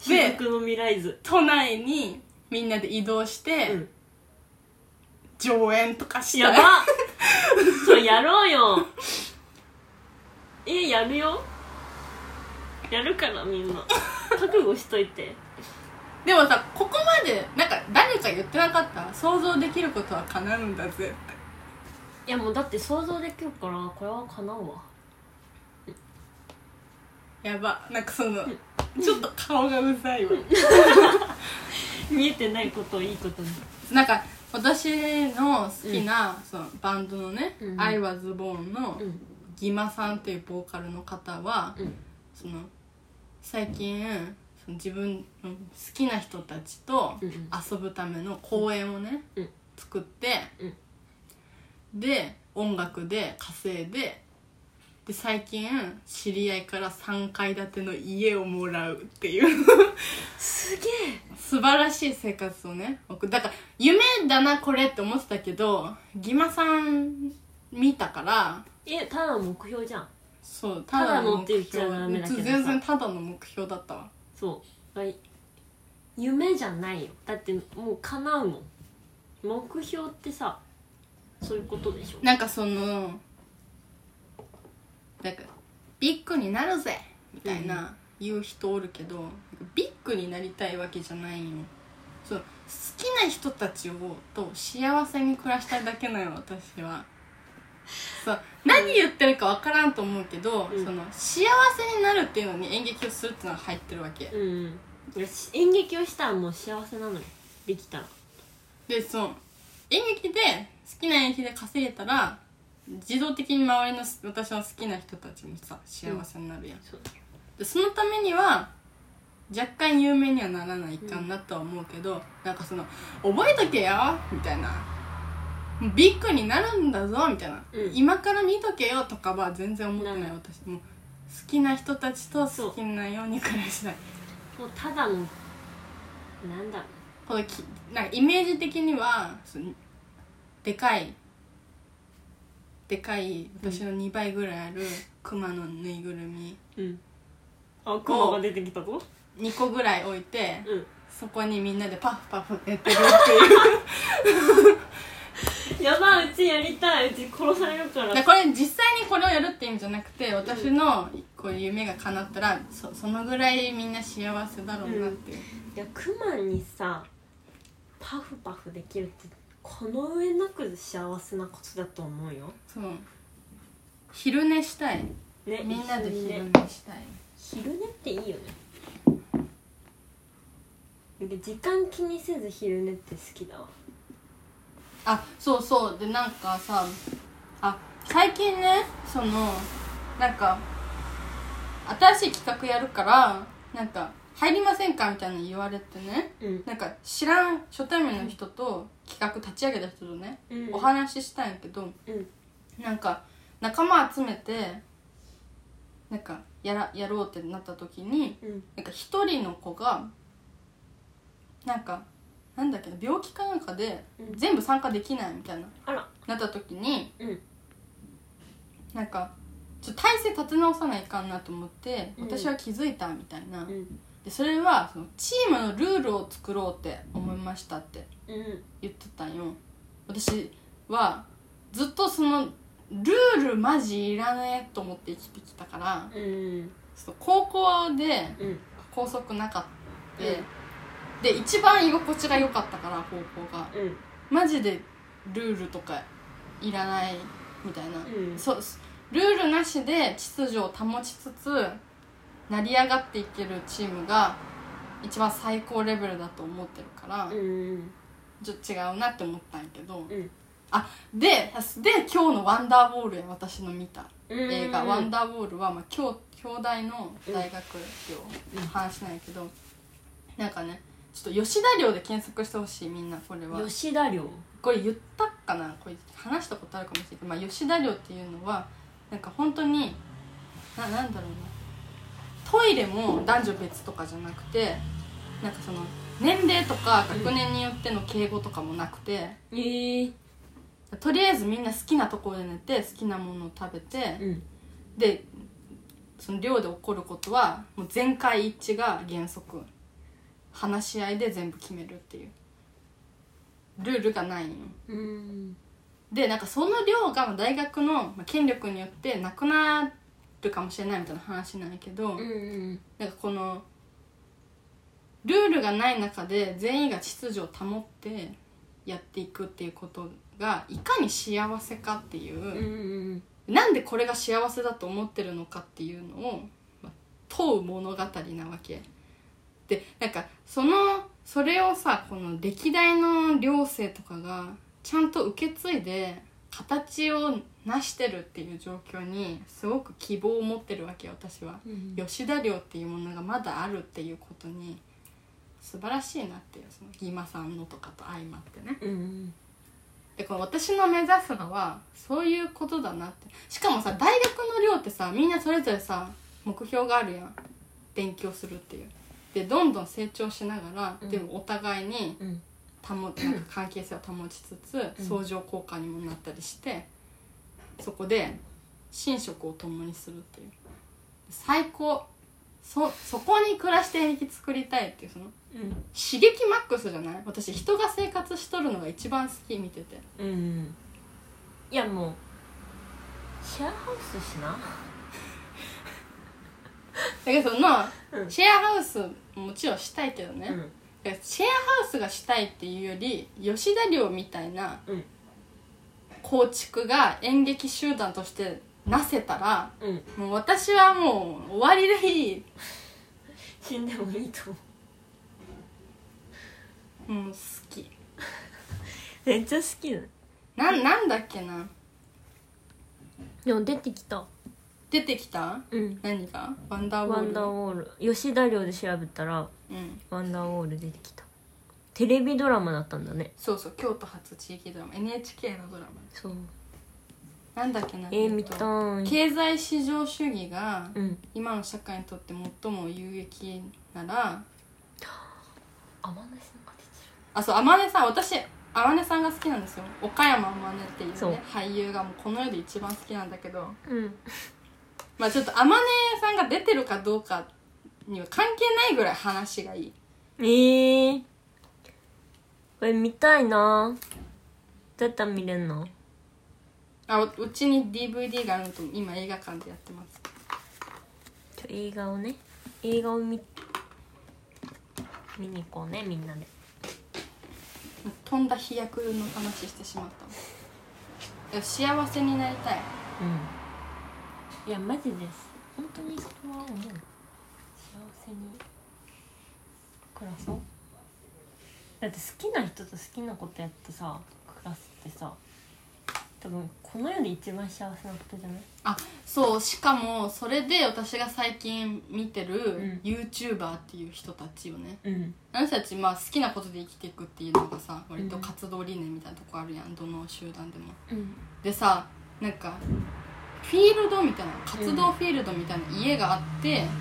[SPEAKER 2] で
[SPEAKER 1] 雫の未来図
[SPEAKER 2] 都内にみんなで移動して、
[SPEAKER 1] うん
[SPEAKER 2] 上演とかして
[SPEAKER 1] やばそれやろうよえやるよやるからみんな覚悟しといて
[SPEAKER 2] でもさここまでなんか誰か言ってなかった想像できることは叶うんだぜって
[SPEAKER 1] いやもうだって想像できるからこれは叶うわ
[SPEAKER 2] やばなんかそのちょっと顔がうざいわ
[SPEAKER 1] 見えてないことをいいことに
[SPEAKER 2] なんか私の好きな、そのバンドのね「
[SPEAKER 1] うん
[SPEAKER 2] I was born」の
[SPEAKER 1] うん
[SPEAKER 2] ギマさんっていうボーカルの方は、
[SPEAKER 1] うん
[SPEAKER 2] その最近その自分の好きな人たちと
[SPEAKER 1] うんうん
[SPEAKER 2] 遊ぶための公演をね、
[SPEAKER 1] うん
[SPEAKER 2] 作って、で音楽で稼いでで最近知り合いから3階建ての家をもらうっていう
[SPEAKER 1] すげ
[SPEAKER 2] 素晴らしい生活をね送るだから夢だなこれって思ってたけどギマさん見たから
[SPEAKER 1] ええただの目標じゃん
[SPEAKER 2] そうた
[SPEAKER 1] た
[SPEAKER 2] だ
[SPEAKER 1] だ
[SPEAKER 2] の
[SPEAKER 1] のっ
[SPEAKER 2] 目
[SPEAKER 1] て言っ
[SPEAKER 2] 標
[SPEAKER 1] ちゃダメだけどさ
[SPEAKER 2] 全然ただの目標だったわ
[SPEAKER 1] そうはい夢じゃないよだってもう叶うもん目標ってさそういうことでしょ
[SPEAKER 2] なんかそのなんかビッグになるぜみたいな言う人おるけど、ビッグになりたいわけじゃないよそう好きな人たちをと幸せに暮らしたいだけなよ私はそう何言ってるか分からんと思うけど、
[SPEAKER 1] うん
[SPEAKER 2] その幸せになるっていうのに演劇をするっていうのが入ってるわけ
[SPEAKER 1] うんいやし演劇をしたらもう幸せなのよできたら
[SPEAKER 2] でその演劇で好きな演劇で稼げたら自動的に周りの私の好きな人たちもさ幸せになるやん、
[SPEAKER 1] そう
[SPEAKER 2] でそのためには若干有名にはならないかなとは思うけど、なんかその「覚えとけよ」みたいな「もうビッグになるんだぞ」みたいな、
[SPEAKER 1] うん
[SPEAKER 2] 今から見とけよ」とかは全然思ってない
[SPEAKER 1] なら
[SPEAKER 2] 私もう好きな人たちと好きなように暮らしたい
[SPEAKER 1] もうただのなんだろ
[SPEAKER 2] このきなんかイメージ的にはそのでかいでかい私の2倍ぐらいある熊のぬいぐるみ
[SPEAKER 1] ううんあ雲が出てきたぞ
[SPEAKER 2] 2個ぐらい置いて
[SPEAKER 1] うん
[SPEAKER 2] そこにみんなでパフパフやって るっていう
[SPEAKER 1] やばいうちやりたいうち殺されるから
[SPEAKER 2] でこれ実際にこれをやるって意味じゃなくて私のこういう夢が叶ったらそそのぐらいみんな幸せだろうなっていう、
[SPEAKER 1] いやクマにさパフパフできるってこの上なく幸せなことだと思うよ
[SPEAKER 2] そう昼寝したい
[SPEAKER 1] ね
[SPEAKER 2] みんな
[SPEAKER 1] 一緒に
[SPEAKER 2] で昼
[SPEAKER 1] ね
[SPEAKER 2] 寝したい
[SPEAKER 1] 昼寝っていいよねで時間気にせず昼寝って好きだわ
[SPEAKER 2] あそうそうでなんかさあ最近ねそのなんか新しい企画やるからなんか入りませんかみたいなの言われてね
[SPEAKER 1] うん
[SPEAKER 2] なんか知らん初対面の人と企画立ち上げた人とね、
[SPEAKER 1] うん
[SPEAKER 2] お話ししたんやけど
[SPEAKER 1] うん
[SPEAKER 2] なんか仲間集めてなんかやらやろうってなった時に
[SPEAKER 1] うん
[SPEAKER 2] なんか一人の子がなんかなんだっけな病気かなんかで
[SPEAKER 1] うん
[SPEAKER 2] 全部参加できないみたいな
[SPEAKER 1] あら
[SPEAKER 2] なった時に
[SPEAKER 1] うん
[SPEAKER 2] なんかちょっと体勢立て直さないかんなと思って
[SPEAKER 1] うん
[SPEAKER 2] 私は気づいたみたいな、
[SPEAKER 1] うん
[SPEAKER 2] でそれはそのチームのルールを作ろうって思いましたって
[SPEAKER 1] うん
[SPEAKER 2] 言ってたんよ私はずっとそのルールマジいらねえと思って生きてきたから
[SPEAKER 1] うん
[SPEAKER 2] その高校で
[SPEAKER 1] うん
[SPEAKER 2] 校則なかった、
[SPEAKER 1] うん
[SPEAKER 2] で一番居心地が良かったから高校が
[SPEAKER 1] うん
[SPEAKER 2] マジでルールとかいらないみたいな、
[SPEAKER 1] うん
[SPEAKER 2] そうルールなしで秩序を保ちつつ成り上がっていけるチームが一番最高レベルだと思ってるから、
[SPEAKER 1] うん
[SPEAKER 2] ちょっと違うなって思ったんやけど、
[SPEAKER 1] うん
[SPEAKER 2] あでで今日の「ワンダーボール」や私の見た
[SPEAKER 1] うん
[SPEAKER 2] 映画「ワン
[SPEAKER 1] ダ
[SPEAKER 2] ダーボールは」まあ、京京大の大学
[SPEAKER 1] うん
[SPEAKER 2] の話なんやけど、なんかねちょっと吉田寮で検索してほしいみんなこれは
[SPEAKER 1] 吉田寮
[SPEAKER 2] これ言ったかなこれ話したことあるかもしれないけど、まあ、吉田寮っていうのはなんか本当にななんだろうなトイレも男女別とかじゃなくてなんかその年齢とか学年によっての敬語とかもなくて、
[SPEAKER 1] ええ
[SPEAKER 2] とりあえずみんな好きなところで寝て好きなものを食べて、
[SPEAKER 1] うん
[SPEAKER 2] でその寮で起こることはもう全会一致が原則話し合いで全部決めるっていうルールがないんよ
[SPEAKER 1] うん
[SPEAKER 2] でなんかその量がまあ大学のまあ権力によってなくなるかもしれないみたいな話なんやけ
[SPEAKER 1] う
[SPEAKER 2] ど、
[SPEAKER 1] ん
[SPEAKER 2] なんかこのルールがない中で全員が秩序を保ってやっていくっていうことがいかに幸せかっていう
[SPEAKER 1] うんう、ん
[SPEAKER 2] なんでこれが幸せだと思ってるのかっていうのを、まあ問う物語なわけでなんかそのそれをさこの歴代の寮生とかがちゃんと受け継いで形を成してるっていう状況にすごく希望を持ってるわけよ私は、
[SPEAKER 1] うん
[SPEAKER 2] 吉田寮っていうものがまだあるっていうことに素晴らしいなっていうそのギマさんのとかと相まってね
[SPEAKER 1] うん
[SPEAKER 2] でこの私の目指すのはそういうことだなってしかもさ大学の寮ってさみんなそれぞれさ目標があるやん勉強するっていうでどんどん成長しなが
[SPEAKER 1] う
[SPEAKER 2] ら
[SPEAKER 1] ん
[SPEAKER 2] でもお互いに
[SPEAKER 1] うん
[SPEAKER 2] 保なんか関係性を保ちつつ
[SPEAKER 1] ん
[SPEAKER 2] 相乗効果にもなったりしてそこで寝食を共にするっていう最高そそこに暮らして引き作りたいっていうその
[SPEAKER 1] うん
[SPEAKER 2] 刺激マックスじゃない私人が生活しとるのが一番好き見てて
[SPEAKER 1] うんいやもうシェアハウスしな
[SPEAKER 2] だけどその
[SPEAKER 1] うん
[SPEAKER 2] シェアハウスももちろんしたいけどね、
[SPEAKER 1] うん
[SPEAKER 2] だからシェアハウスがしたいっていうより吉田寮みたいな
[SPEAKER 1] うん
[SPEAKER 2] 構築が演劇集団としてなせたら
[SPEAKER 1] うん
[SPEAKER 2] もう私はもう終わりでいい、
[SPEAKER 1] 死んでもいいと思う
[SPEAKER 2] うん、好き
[SPEAKER 1] めっちゃ好きだ
[SPEAKER 2] なんなんだっけな
[SPEAKER 1] でも出てきた
[SPEAKER 2] 出てきた
[SPEAKER 1] うん
[SPEAKER 2] 何がワンダーウォ
[SPEAKER 1] ワ
[SPEAKER 2] ー
[SPEAKER 1] ン
[SPEAKER 2] ル
[SPEAKER 1] ダーウォール吉田寮で調べたら
[SPEAKER 2] うん、
[SPEAKER 1] ワンダーウォール出てきたテレビドラマだったんだね
[SPEAKER 2] そうそう京都発地域ドラマ NHK のドラマ
[SPEAKER 1] そう
[SPEAKER 2] なんだっけな
[SPEAKER 1] えー、
[SPEAKER 2] え
[SPEAKER 1] 見
[SPEAKER 2] っと
[SPEAKER 1] たい
[SPEAKER 2] 経済市場主義が
[SPEAKER 1] うん
[SPEAKER 2] 今の社会にとって最も有益なら
[SPEAKER 1] 天音さんが出て
[SPEAKER 2] あそう天音さん私天音さんが好きなんですよ岡山天音っていう
[SPEAKER 1] そう
[SPEAKER 2] ね俳優がもうこの世で一番好きなんだけど
[SPEAKER 1] るうん
[SPEAKER 2] まあちょっと天音さんが出てるかどうかには関係ないぐらい話がいい
[SPEAKER 1] えー、これ見たいなどうやったら見れんの
[SPEAKER 2] あううちに DVD があると今映画館でやってます
[SPEAKER 1] ちょ映画をね映画を見見に行こうねみんなで
[SPEAKER 2] 飛んだ飛躍の話してしまったわいや幸せになりたい
[SPEAKER 1] うんいやマジです本当に人は思う幸せに暮らそうだって好きな人と好きなことやってさ暮らすってさ多分この世で一番幸せなことじゃない
[SPEAKER 2] あそうしかもそれで私が最近見て
[SPEAKER 1] ん
[SPEAKER 2] る YouTuber っていう人たちよね、
[SPEAKER 1] うん
[SPEAKER 2] あの人たちまあ好きなことで生きていくっていうのがさ割と活動理念みたいなとこあるやんどの集団でも
[SPEAKER 1] うん
[SPEAKER 2] でさなんかフィールドみたいな活動フィールドみたいな家があって、なんか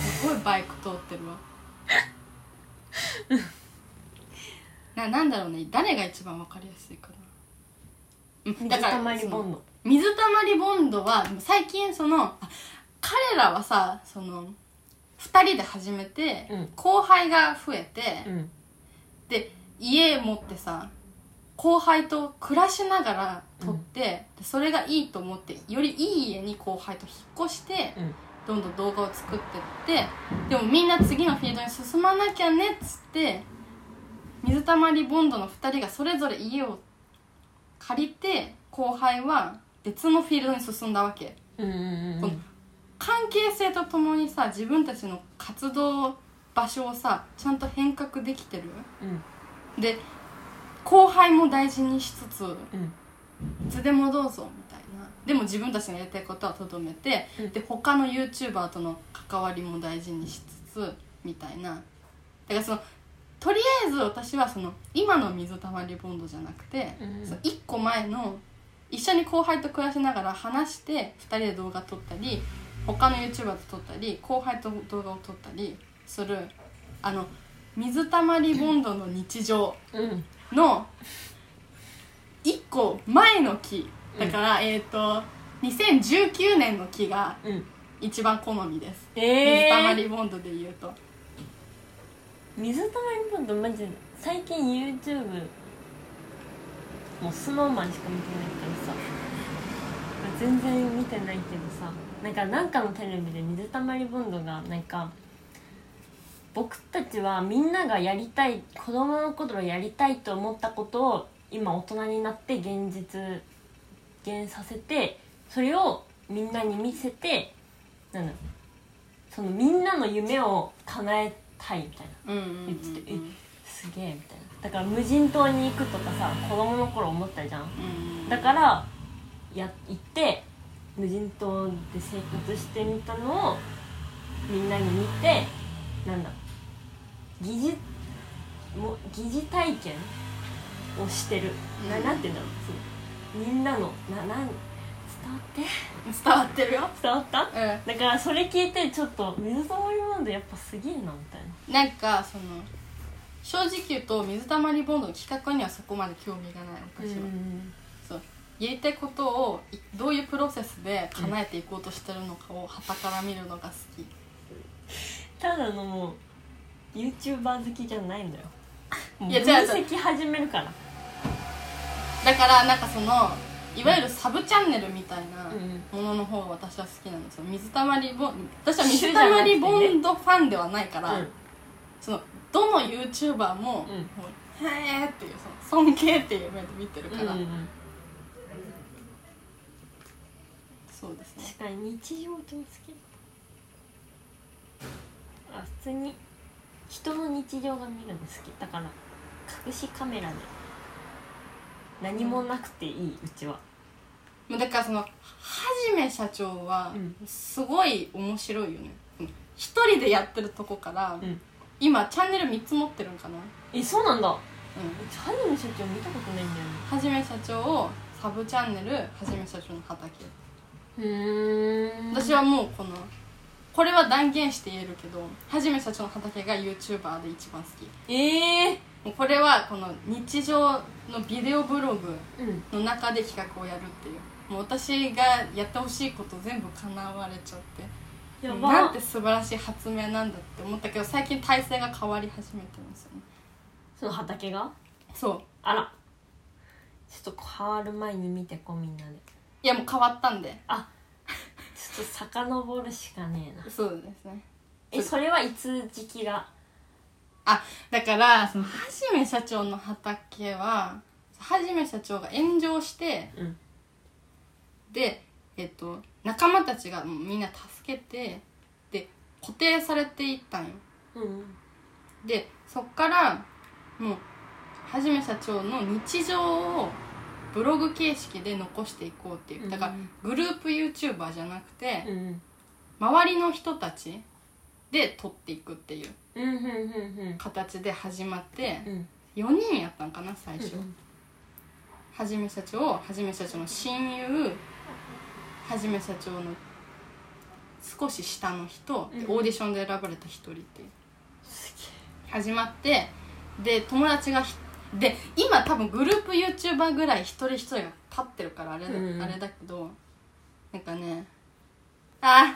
[SPEAKER 2] すごいバイク通ってるわななんだろうね誰が一番わかりやすいかなうん
[SPEAKER 1] 水溜りボ
[SPEAKER 2] そ
[SPEAKER 1] ン
[SPEAKER 2] の
[SPEAKER 1] ド
[SPEAKER 2] 水溜りボンドはでも最近そのあ彼らはさその2人で始めて、
[SPEAKER 1] うん
[SPEAKER 2] 後輩が増えて、
[SPEAKER 1] うん
[SPEAKER 2] で家持ってさ後輩と暮らしながら取って、でそれがいいと思ってよりいい家に後輩と引っ越して、
[SPEAKER 1] うん
[SPEAKER 2] どんどん動画を作ってってでもみんな次のフィードに進まなきゃねっつって水たまりボンドの2人がそれぞれ家を借りて後輩は別のフィールドに進んだわけ。
[SPEAKER 1] うんうんうん
[SPEAKER 2] 関係性とともにさ自分たちの活動場所をさちゃんと変革できてる
[SPEAKER 1] うん
[SPEAKER 2] で後輩も大事にしつつ
[SPEAKER 1] うん
[SPEAKER 2] いつでもどうぞみたいなでも自分たちのやりたいことはとどめて、
[SPEAKER 1] うん
[SPEAKER 2] で他の YouTuber との関わりも大事にしつつみたいなだからそのとりあえず私はその今の水たまりボンドじゃなくて、
[SPEAKER 1] うん
[SPEAKER 2] その1個前の一緒に後輩と暮らしながら話して2人で動画撮ったり他の YouTuber と撮ったり後輩と動画を撮ったりするあの水たまりボンドの日常
[SPEAKER 1] うん
[SPEAKER 2] の1個前の木だから、えっ、と2019年の木が
[SPEAKER 1] うん
[SPEAKER 2] 一番好みです、水
[SPEAKER 1] え
[SPEAKER 2] たま
[SPEAKER 1] ー、
[SPEAKER 2] りボンドで言うと
[SPEAKER 1] 水溜りボンドマジで最近 YouTube もう SnowMan しか見てないからさ全然見てないけどさなんかなんかのテレビで水溜りボンドがなんか僕たちはみんながやりたい子供の頃やりたいと思ったことを今大人になって現実現させてそれをみんなに見せてなんだろうそのみんなの夢を叶えたいみたいな
[SPEAKER 2] うんうんうんうん
[SPEAKER 1] 言っててえすげえみたいなだから無人島に行くとかさ子供の頃思ったじゃん
[SPEAKER 2] うん
[SPEAKER 1] だからや行って無人島で生活してみたのをみんなに見てなんだ疑似も疑似体験をしてる、な
[SPEAKER 2] うん
[SPEAKER 1] なんて言うんだろうそのみんなのななん伝わって
[SPEAKER 2] 伝わってるよ
[SPEAKER 1] 伝わった
[SPEAKER 2] うん
[SPEAKER 1] だからそれ聞いてちょっと水溜りボンドやっぱすげえなみたいな
[SPEAKER 2] なんかその正直言うと水たまりボンドの企画にはそこまで興味がない私は、
[SPEAKER 1] ん
[SPEAKER 2] そうやりたいことをいどういうプロセスで叶えていこうとしてるのかを傍から見るのが好き
[SPEAKER 1] ただのもう YouTuber 好きじゃないんだよもう
[SPEAKER 2] い
[SPEAKER 1] 分
[SPEAKER 2] や違う違う
[SPEAKER 1] 析始めるから
[SPEAKER 2] だからなんかそのいわゆるサブチャンネルみたいな
[SPEAKER 1] うん
[SPEAKER 2] ものの方が私は好きなのその水たまりボン私は
[SPEAKER 1] 主
[SPEAKER 2] 水
[SPEAKER 1] じゃ
[SPEAKER 2] た
[SPEAKER 1] な
[SPEAKER 2] ま
[SPEAKER 1] くてね
[SPEAKER 2] りボンドファンではないから、
[SPEAKER 1] うん
[SPEAKER 2] そのどの YouTuber も,、
[SPEAKER 1] うん
[SPEAKER 2] もうへーっていうその尊敬っていう目で見てる
[SPEAKER 1] う
[SPEAKER 2] か
[SPEAKER 1] ん
[SPEAKER 2] ら、そうですね
[SPEAKER 1] 確かに日常とも好きだあ普通に人の日常が見るの好きだから隠しカメラで何もなくていいうちは
[SPEAKER 2] まあだからそのはじめ社長は
[SPEAKER 1] うん
[SPEAKER 2] すごい面白いよねうん一人でやってるとこから、
[SPEAKER 1] うん
[SPEAKER 2] 今チャンネル3つ持ってるんかな、うん、
[SPEAKER 1] えそうなんだうちはじめ社長見たことないんだよね
[SPEAKER 2] はじめ社長をサブチャンネルはじめ社長の畑
[SPEAKER 1] うーん
[SPEAKER 2] 私はもうこのこれは断言して言えるけどはじめ社長の畑が YouTuber で一番好き
[SPEAKER 1] ええ
[SPEAKER 2] もうこれはこの日常のビデオブログ
[SPEAKER 1] うん
[SPEAKER 2] の中で企画をやるっていうもう私がやってほしいこと全部叶われちゃって
[SPEAKER 1] えやば
[SPEAKER 2] なんて素晴らしい発明なんだって思ったけど最近体制が変わり始めてますよね
[SPEAKER 1] その畑が
[SPEAKER 2] そう
[SPEAKER 1] あらちょっと変わる前に見てこうみんなで
[SPEAKER 2] いやもう変わったんで
[SPEAKER 1] ちょっと遡るしかねえな
[SPEAKER 2] そうですね
[SPEAKER 1] えそれはいつ時期が
[SPEAKER 2] だからそのはじめ社長の畑ははじめ社長が炎上して、
[SPEAKER 1] うん
[SPEAKER 2] で、えっと、仲間たちがもうみんな助けてで固定されていったんよ
[SPEAKER 1] うん
[SPEAKER 2] でそっからもうはじめ社長の日常をブログ形式で残していこうっていうだから
[SPEAKER 1] うん
[SPEAKER 2] グループ YouTuber じゃなくて、
[SPEAKER 1] うん
[SPEAKER 2] 周りの人たちで撮っていくっていう
[SPEAKER 1] うんうんうん
[SPEAKER 2] 形で始まって
[SPEAKER 1] うんうん
[SPEAKER 2] 4人やったんかな最初、
[SPEAKER 1] うん
[SPEAKER 2] はじめ社長はじめ社長の親友はじめ社長の少し下の人、で
[SPEAKER 1] うん
[SPEAKER 2] オーディションで選ばれた一人っていう
[SPEAKER 1] す
[SPEAKER 2] 始まってで友達がひで今多分グループ YouTuber ぐらい一人一人が立ってるからあれ,、
[SPEAKER 1] うん
[SPEAKER 2] あれだけどなんかねあ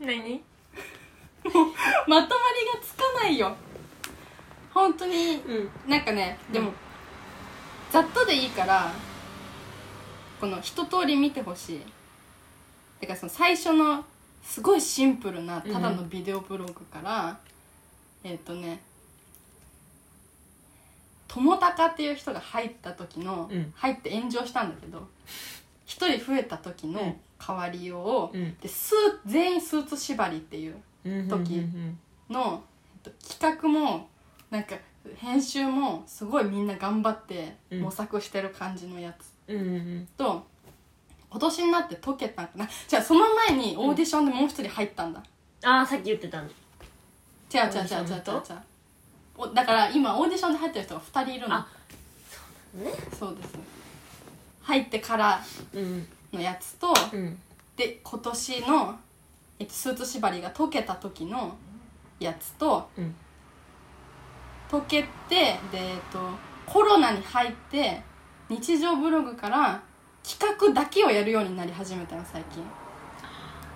[SPEAKER 1] げえ何
[SPEAKER 2] ーまとまりがつかないよ本当に
[SPEAKER 1] うん
[SPEAKER 2] なんかねでも、
[SPEAKER 1] うん
[SPEAKER 2] ざっとでいいからこの一通り見てほしいだからその最初のすごいシンプルなただのビデオブログから、えっ、とね友高っていう人が入った時の、
[SPEAKER 1] うん
[SPEAKER 2] 入って炎上したんだけど一人増えた時の変わりようを、
[SPEAKER 1] うん
[SPEAKER 2] でスー全員スーツ縛りっていう
[SPEAKER 1] うん
[SPEAKER 2] 時
[SPEAKER 1] うん
[SPEAKER 2] の、えっと、企画もなんか編集もすごいみんな頑張って
[SPEAKER 1] うん
[SPEAKER 2] 模索してる感じのやつ
[SPEAKER 1] うんうん
[SPEAKER 2] と、今年になって解けたんかなじゃあその前にオーディションでもう一人入ったんだ、
[SPEAKER 1] ああさっき言ってたの
[SPEAKER 2] 違う違う違う違う違う違うおだから今オーディションで入ってる人が2人いるの
[SPEAKER 1] あね
[SPEAKER 2] そうです入ってから
[SPEAKER 1] うん
[SPEAKER 2] のやつと
[SPEAKER 1] うん
[SPEAKER 2] で今年の、えっと、スーツ縛りが解けた時のやつと
[SPEAKER 1] うん
[SPEAKER 2] 溶けてで、えっと、コロナに入って日常ブログから企画だけをやるようになり始めたの最近、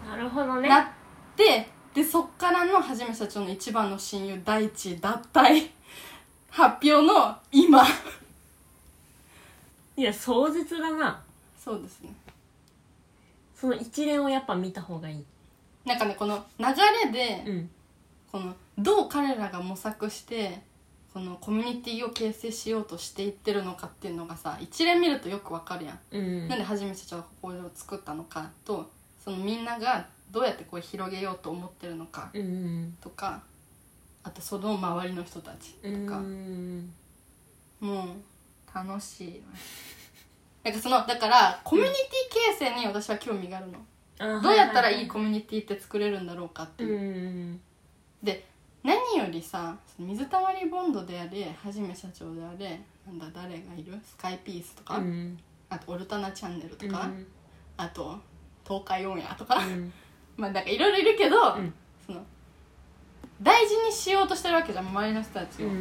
[SPEAKER 1] なるほどね
[SPEAKER 2] なってでそっからのはじめ社長の一番の親友第一脱退発表の今
[SPEAKER 1] いや壮絶だな
[SPEAKER 2] そうですね
[SPEAKER 1] その一連をやっぱ見た方がいい
[SPEAKER 2] なんかねこの流れで、
[SPEAKER 1] うん
[SPEAKER 2] このどう彼らが模索してこのコミュニティを形成しようとしていってるのかっていうのがさ一連見るとよくわかるやん
[SPEAKER 1] うん
[SPEAKER 2] なんではじめ社長がここを作ったのかとそのみんながどうやってこれ広げようと思ってるのか
[SPEAKER 1] うん
[SPEAKER 2] とかあとその周りの人たち
[SPEAKER 1] う
[SPEAKER 2] とか、
[SPEAKER 1] ん
[SPEAKER 2] もう楽しいなんかそのだからコミュニティ形成に私は興味があるの、どうやったらいいコミュニティって作れるんだろうかって
[SPEAKER 1] う
[SPEAKER 2] いう、
[SPEAKER 1] ん
[SPEAKER 2] で何よりさその水たまりボンドであれはじめ社長であれなんだ誰がいるスカイピースとか、
[SPEAKER 1] うん
[SPEAKER 2] あとオルタナチャンネルと
[SPEAKER 1] うん
[SPEAKER 2] か、あと東海オンエアとか、
[SPEAKER 1] うん
[SPEAKER 2] まあなんかいろいろいるけど、
[SPEAKER 1] うん
[SPEAKER 2] その大事にしようとしてるわけじゃん周りの人たち
[SPEAKER 1] う
[SPEAKER 2] を、フ
[SPEAKER 1] ん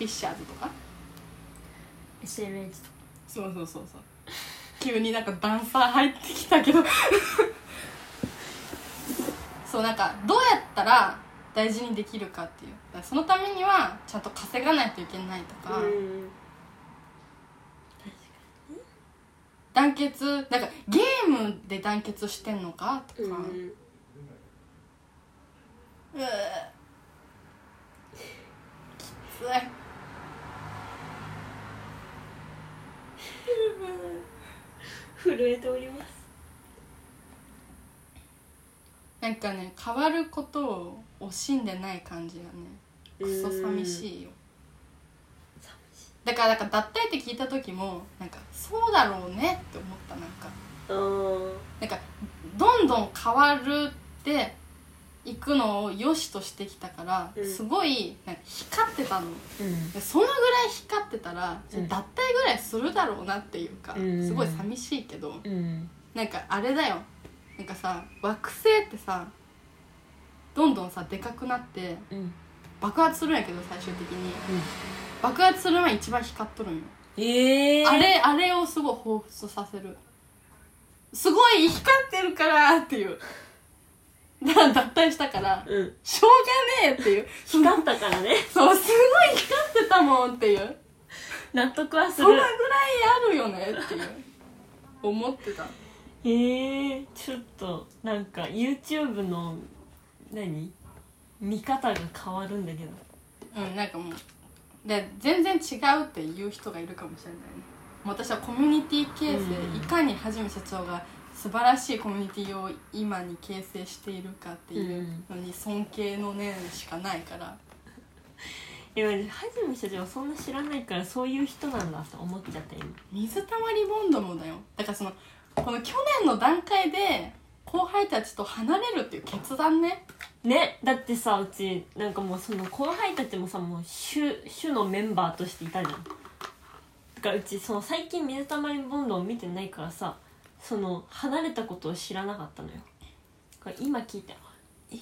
[SPEAKER 2] ィッシャーズとか
[SPEAKER 1] SLH
[SPEAKER 2] そうそうそうそう急になんかダンサー入ってきたけど そうなんかどうやったら大事にできるかっていうだからそのためにはちゃんと稼がないといけないと
[SPEAKER 1] と
[SPEAKER 2] か、
[SPEAKER 1] かうん
[SPEAKER 2] 団結なんかゲームで団結してんのかとか、ううきつい
[SPEAKER 1] 震えております
[SPEAKER 2] なんかね変わることを惜しんでない感じがねクソ寂
[SPEAKER 1] い
[SPEAKER 2] しいよ
[SPEAKER 1] 寂しい
[SPEAKER 2] だからなんか脱退って聞いた時もなんかそうだろうねって思ったなんか
[SPEAKER 1] うん
[SPEAKER 2] なんかどんどん変わるっていくのを良しとしてきたから、
[SPEAKER 1] うん
[SPEAKER 2] すごいなんか光ってたの
[SPEAKER 1] うん
[SPEAKER 2] でそのぐらい光ってたら、
[SPEAKER 1] うん
[SPEAKER 2] 脱退ぐらいするだろうなっていうか、
[SPEAKER 1] うん
[SPEAKER 2] すごい寂しいけど、
[SPEAKER 1] うん
[SPEAKER 2] なんかあれだよなんかさ惑星ってさどんどんさでかくなって
[SPEAKER 1] うん
[SPEAKER 2] 爆発するんやけど最終的に、爆発する前一番光っとるんよ、
[SPEAKER 1] ええ
[SPEAKER 2] あれあれをすごい彷彿とさせるすごい光ってるからっていうだから脱退したから
[SPEAKER 1] うん
[SPEAKER 2] しょうがねえっていう
[SPEAKER 1] 光ったからね
[SPEAKER 2] そうすごい光ってたもんっていう
[SPEAKER 1] 納得はす
[SPEAKER 2] そんな
[SPEAKER 1] る
[SPEAKER 2] ぐらいあるよねっていう思ってた
[SPEAKER 1] えー、ちょっとなんか YouTube の何見方が変わるんだけど
[SPEAKER 2] うんなんかもうで全然違うって言う人がいるかもしれないねもう私はコミュニティ形成、
[SPEAKER 1] うん
[SPEAKER 2] いかにはじめ社長が素晴らしいコミュニティを今に形成しているかっていうのに尊敬の念しかないから、
[SPEAKER 1] いやはじめ社長はそんな知らないからそういう人なんだと思っちゃった今
[SPEAKER 2] 水たまりボンドもだよだからそのこの去年の段階で後輩たちと離れるっていう決断ね
[SPEAKER 1] ねだってさうちなんかもうその後輩たちもさもう主主のメンバーとしていたじゃんだからうちその最近水溜りボンドを見てないからさその離れたことを知らなかったのよだから今聞いてあえー、っ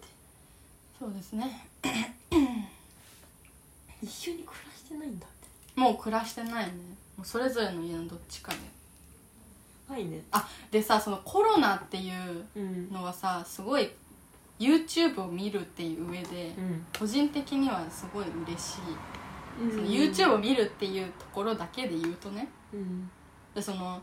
[SPEAKER 1] て
[SPEAKER 2] そうですね
[SPEAKER 1] 一緒に暮らしてないんだって
[SPEAKER 2] もう暮らしてないねもうそれぞれの家のどっちかで
[SPEAKER 1] 怖いね
[SPEAKER 2] あでさそのコロナっていう
[SPEAKER 1] うん
[SPEAKER 2] のはさすごい YouTube を見るっていう上で、
[SPEAKER 1] うん
[SPEAKER 2] 個人的にはすごい嬉しい、その
[SPEAKER 1] YouTube
[SPEAKER 2] YouTube を見るっていうところだけで言うとね
[SPEAKER 1] うん
[SPEAKER 2] でその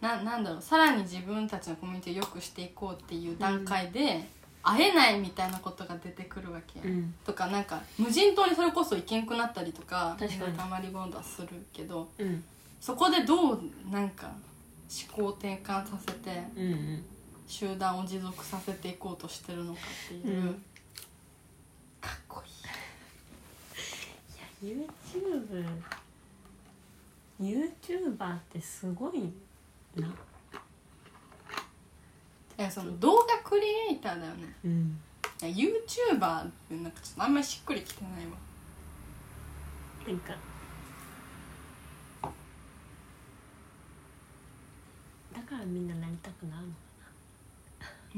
[SPEAKER 2] ななんだろうさらに自分たちのコミュニティを良くしていこうっていう段階で、会えないみたいなことが出てくるわけ、
[SPEAKER 1] うん
[SPEAKER 2] とかなんか無人島にそれこそ行けんくなったりとか
[SPEAKER 1] 確かに
[SPEAKER 2] たまりボンドはするけど
[SPEAKER 1] うん
[SPEAKER 2] そこでどうなんか思考転換させて
[SPEAKER 1] うん
[SPEAKER 2] 集団を持続させていこうとしてるのかっていう、
[SPEAKER 1] うん
[SPEAKER 2] かっこいい
[SPEAKER 1] YouTube YouTuber ってすごいな
[SPEAKER 2] だからその動画クリエイターだよね
[SPEAKER 1] うん
[SPEAKER 2] だから YouTuber ってなんかちょっとあんまりしっくりきてないわ
[SPEAKER 1] なんかだからみんななりたくなるの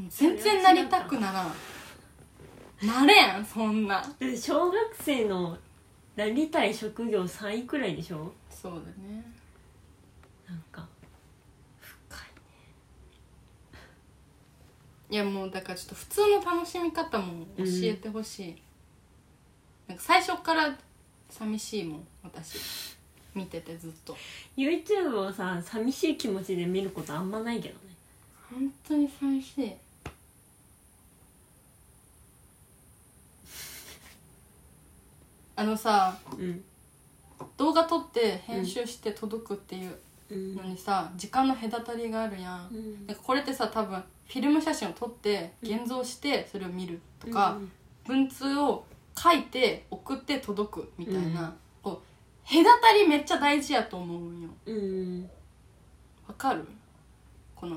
[SPEAKER 2] 全然なりたくならんなれんそんな
[SPEAKER 1] だって小学生のなりたい職業3位くらいでしょ
[SPEAKER 2] そうだね
[SPEAKER 1] なんか深い
[SPEAKER 2] いやもうだからちょっと普通の楽しみ方も教えてほしい、なんか最初から寂しいもん私見ててずっと
[SPEAKER 1] YouTube をさ寂しい気持ちで見ることあんまないけどね
[SPEAKER 2] 本当に寂し いあのさ
[SPEAKER 1] うん
[SPEAKER 2] 動画撮って編集して届くっていう
[SPEAKER 1] うん
[SPEAKER 2] のにさ時間の隔たりがあるやん、
[SPEAKER 1] うん
[SPEAKER 2] なんかこれってさ多分フィルム写真を撮って現像してそれを見るとか、文通を書いて送って届くみたいな、
[SPEAKER 1] うん
[SPEAKER 2] こう隔たりめっちゃ大事やと思うんよ
[SPEAKER 1] うんうん
[SPEAKER 2] わかるこの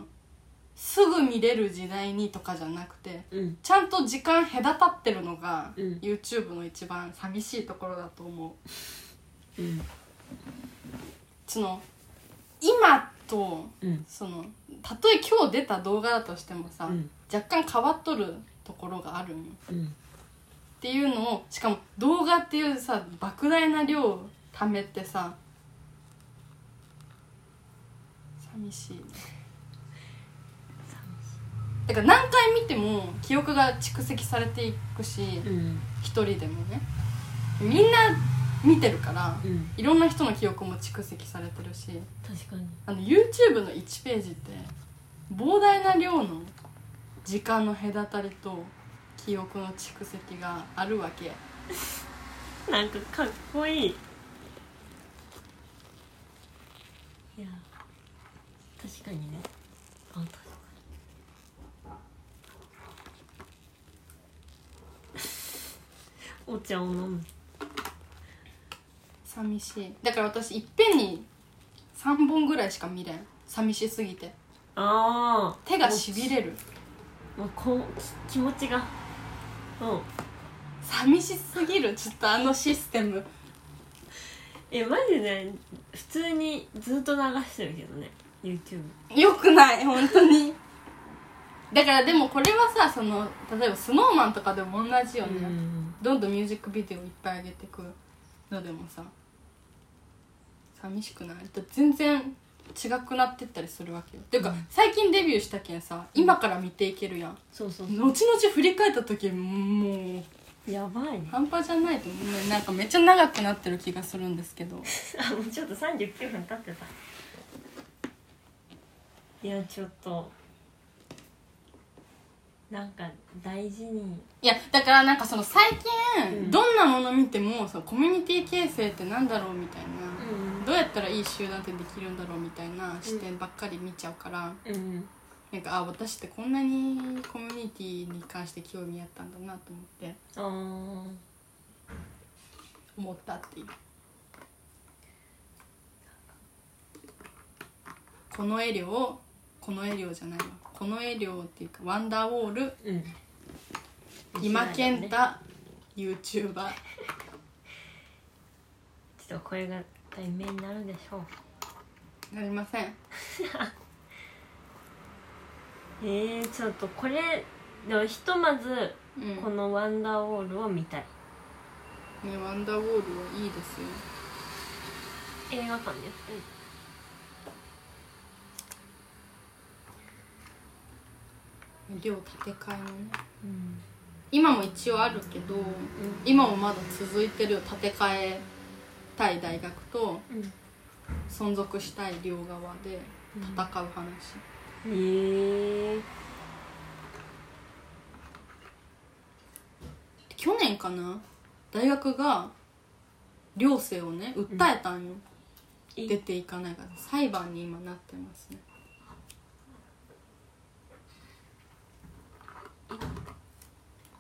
[SPEAKER 2] すぐ見れる時代にとかじゃなくて
[SPEAKER 1] うん
[SPEAKER 2] ちゃんと時間隔たってるのが、
[SPEAKER 1] うん
[SPEAKER 2] YouTube の一番寂しいところだと思う
[SPEAKER 1] うん
[SPEAKER 2] その今と
[SPEAKER 1] うん
[SPEAKER 2] そのたとえ今日出た動画だとしてもさ、
[SPEAKER 1] うん
[SPEAKER 2] 若干変わっとるところがあるんよ
[SPEAKER 1] うん
[SPEAKER 2] っていうのをしかも動画っていうさ莫大な量を貯めてさ寂しいだから何回見ても記憶が蓄積されていくし
[SPEAKER 1] うん
[SPEAKER 2] 一人でもねみんな見てるから
[SPEAKER 1] うん
[SPEAKER 2] いろんな人の記憶も蓄積されてるし
[SPEAKER 1] 確かに
[SPEAKER 2] あの YouTube の1ページって膨大な量の時間の隔たりと記憶の蓄積があるわけ
[SPEAKER 1] なんかかっこいいいや確かにねあ確かにお茶を飲む
[SPEAKER 2] 寂しいだから私いっぺんに3本ぐらいしか見れん寂しすぎて
[SPEAKER 1] ああ
[SPEAKER 2] 手がしびれる
[SPEAKER 1] もうこうき気持ちがうん
[SPEAKER 2] 寂しすぎるちょっとあのシステム
[SPEAKER 1] えマジで普通にずっと流してるけどね YouTube
[SPEAKER 2] よくない本当にだからでもこれはさその例えば SnowMan とかでも同じよね、
[SPEAKER 1] うん
[SPEAKER 2] どんどんミュージックビデオいっぱい上げてくのでもさ寂しくないだって全然違くなってったりするわけよていうか、最近デビューしたけんさ今から見ていけるやん
[SPEAKER 1] そうそう
[SPEAKER 2] 後々振り返った時もう
[SPEAKER 1] やばいね
[SPEAKER 2] 半端じゃないと思うねなんかめっちゃ長くなってる気がするんですけど
[SPEAKER 1] あも うちょっと39分経ってたいやちょっとなんか大事に
[SPEAKER 2] いやだからなんかその最近、
[SPEAKER 1] うん
[SPEAKER 2] どんなもの見てもそのコミュニティ形成ってなんだろうみたいな、
[SPEAKER 1] う
[SPEAKER 2] どうやったらいい集団ってできるんだろうみたいな視点ばっかり見ちゃうから、
[SPEAKER 1] んうん
[SPEAKER 2] なんかあ私ってこんなにコミュニティに関して興味あったんだなと思って
[SPEAKER 1] あー
[SPEAKER 2] 思ったっていうこの絵量この絵量じゃないわこの絵量っていうかワンダーウォール
[SPEAKER 1] うん
[SPEAKER 2] 今健
[SPEAKER 1] ち
[SPEAKER 2] 太
[SPEAKER 1] ょ
[SPEAKER 2] YouTuber
[SPEAKER 1] っとこれが題名になるでしょう
[SPEAKER 2] なりません
[SPEAKER 1] えー、ちょっとこれでもひとまず
[SPEAKER 2] うん
[SPEAKER 1] この「ワンダーウォール」を見たい
[SPEAKER 2] ね、ワンダーウォールはいいですよ。
[SPEAKER 1] 映画館でやってる
[SPEAKER 2] 量建て替えのね。
[SPEAKER 1] うん
[SPEAKER 2] 今も一応あるけど、今もまだ続いてるよ。建て替えたい大学と
[SPEAKER 1] うん
[SPEAKER 2] 存続したい両側で戦う話。
[SPEAKER 1] へえ
[SPEAKER 2] 去年かな大学が寮生をね、訴えたんよ。
[SPEAKER 1] え
[SPEAKER 2] 出ていかないから。裁判に今なってますね。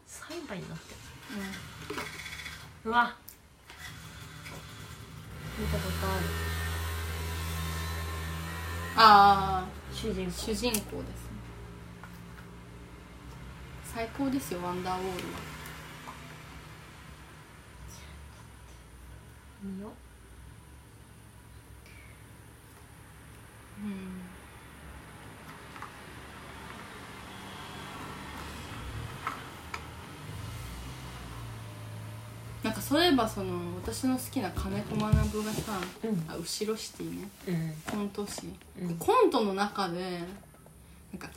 [SPEAKER 1] 裁判になってるうわ見たことある
[SPEAKER 2] ああ、
[SPEAKER 1] 主人公
[SPEAKER 2] 主人公ですね。最高ですよ、ワンダーウォールは。
[SPEAKER 1] 見よ
[SPEAKER 2] なんかそういえばその私の好きな金子学がさ、
[SPEAKER 1] うん
[SPEAKER 2] あ後ろシティね
[SPEAKER 1] うん
[SPEAKER 2] コント師、
[SPEAKER 1] うん
[SPEAKER 2] コントの中でなんか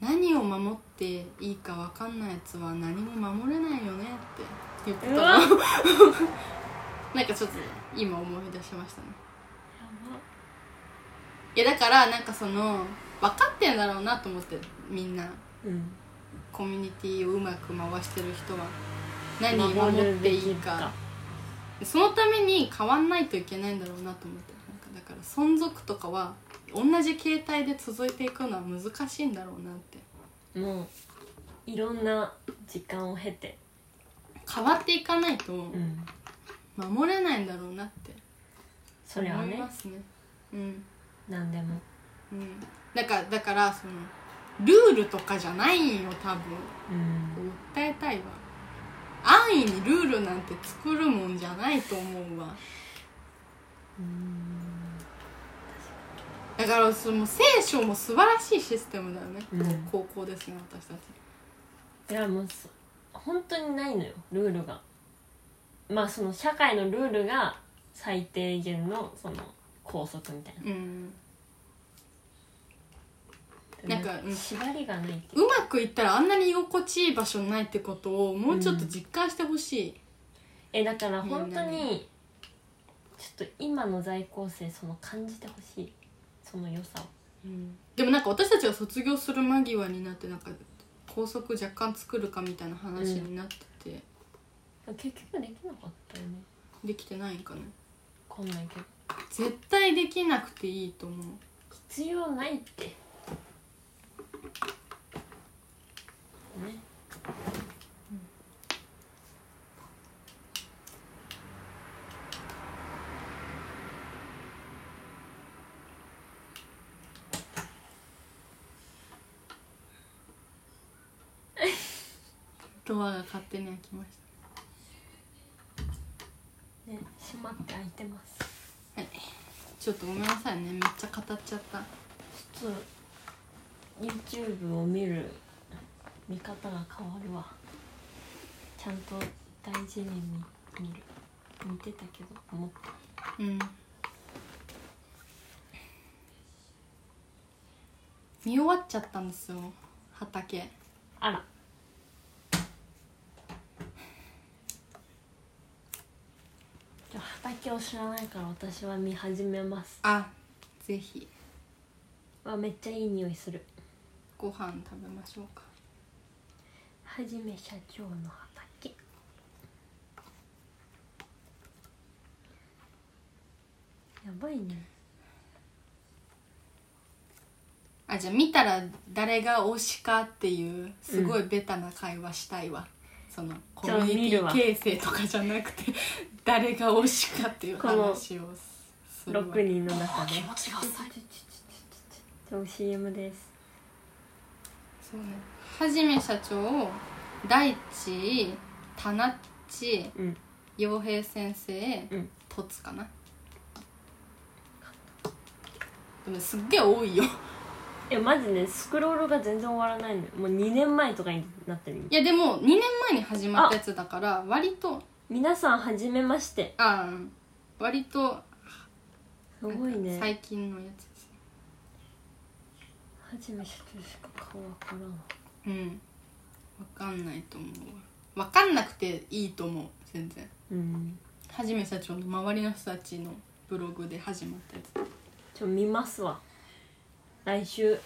[SPEAKER 2] 何を守っていいか分かんないやつは何も守れないよねって言ってたの
[SPEAKER 1] うわ
[SPEAKER 2] なんかちょっと今思い出しましたねいやだからなんかその分かってんだろうなと思ってみんな
[SPEAKER 1] うん
[SPEAKER 2] コミュニティをうまく回してる人は何守っていいかそのために変わんないといけないんだろうなと思ってなんかだから存続とかは同じ形態で続いていくのは難しいんだろうなって
[SPEAKER 1] もういろんな時間を経て
[SPEAKER 2] 変わっていかないと
[SPEAKER 1] うん
[SPEAKER 2] 守れないんだろうなって
[SPEAKER 1] そ
[SPEAKER 2] 思
[SPEAKER 1] れはいね
[SPEAKER 2] ますねうん
[SPEAKER 1] 何でも
[SPEAKER 2] うんだからだからそのルールとかじゃないんよ多分
[SPEAKER 1] うん
[SPEAKER 2] 訴えたいわ安易にルールなんて作るもんじゃないと思うわだからその聖書も素晴らしいシステムだよね、
[SPEAKER 1] うん
[SPEAKER 2] 高校ですね私たち
[SPEAKER 1] いやもうそ本当にないのよルールがまあその社会のルールが最低限のその拘束みたい
[SPEAKER 2] うん
[SPEAKER 1] な
[SPEAKER 2] なんかうん
[SPEAKER 1] 縛りがないっていう
[SPEAKER 2] うまくいったらあんなに居心地いい場所ないってことをもうちょっと実感してほしい、
[SPEAKER 1] えだから本当
[SPEAKER 2] みんな
[SPEAKER 1] にちょっと今の在校生その感じてほしいその良さを
[SPEAKER 2] でもなんか私たちが卒業する間際になってなんか校則若干作るかみたいな話になってて、
[SPEAKER 1] 結局できなかったよね
[SPEAKER 2] できてないんかな
[SPEAKER 1] わかんないけど
[SPEAKER 2] 絶対できなくていいと思う
[SPEAKER 1] 必要ないってね
[SPEAKER 2] ドアが勝手に開きまし
[SPEAKER 1] ね閉まって開いてます
[SPEAKER 2] たはいちょっとごめんなさいねめっちゃ語っちゃった
[SPEAKER 1] ちょっと YouTube を見る見方が変わるわちゃんと大事に見見る見てたけど思った
[SPEAKER 2] うん見終わっちゃったんですよ畑
[SPEAKER 1] あらでも畑を知らないから私は見始めます
[SPEAKER 2] あぜひ
[SPEAKER 1] あめっちゃいい匂いする
[SPEAKER 2] ご飯食べましょうか
[SPEAKER 1] はじめ社長の畑やばいね
[SPEAKER 2] あじゃあ見たら誰が推しかっていうすごいベタな会話したいわ、そのコミュニティ形成とかじゃなくて誰が推しかっていう話をするわ
[SPEAKER 1] 6人の中で
[SPEAKER 2] 持ちが浅い
[SPEAKER 1] でも CM です
[SPEAKER 2] そうねはじめ社長を大地田那っち
[SPEAKER 1] うん
[SPEAKER 2] 洋平先生
[SPEAKER 1] うん
[SPEAKER 2] とつかなでもすっげえ多いよ
[SPEAKER 1] いやマジねスクロールが全然終わらないのよもう2年前とかになってる
[SPEAKER 2] いやでも2年前に始まったやつだから割と
[SPEAKER 1] 皆さんはじめまして
[SPEAKER 2] あー割と
[SPEAKER 1] すごいね
[SPEAKER 2] 最近のやつです
[SPEAKER 1] はじめ社長しか顔わからんわ
[SPEAKER 2] ねうんわかんないと思うわわかんなくていいと思う全然
[SPEAKER 1] うん
[SPEAKER 2] はじめ社長の周りの人たちのブログで始まったやつ
[SPEAKER 1] ちょ見ますわ来週は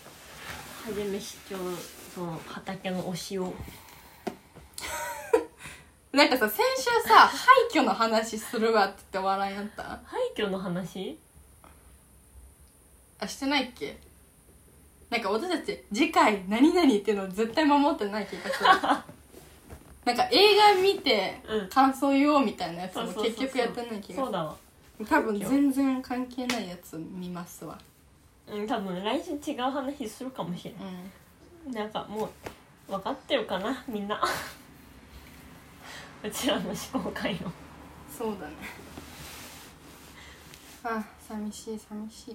[SPEAKER 1] じめ市長の畑の推しを
[SPEAKER 2] なんかさ先週 さ廃墟の話するわって言って笑いあった
[SPEAKER 1] 廃墟の話
[SPEAKER 2] あしてないっけなんか私たち次回何々っていうのを絶対守ってない気が するなんか映画見て
[SPEAKER 1] うん
[SPEAKER 2] 感想言おうみたいなやつ
[SPEAKER 1] そう
[SPEAKER 2] も
[SPEAKER 1] そうそうそう
[SPEAKER 2] 結局やってない気が
[SPEAKER 1] そ
[SPEAKER 2] す
[SPEAKER 1] うだわ
[SPEAKER 2] る多分全然関係ないやつ見ますわ
[SPEAKER 1] うん多分来週違う話するかもしれ
[SPEAKER 2] うん
[SPEAKER 1] ないなんかもう分かってるかなみんな うちらの思考回路
[SPEAKER 2] そうだね あ寂しい寂しい
[SPEAKER 1] ち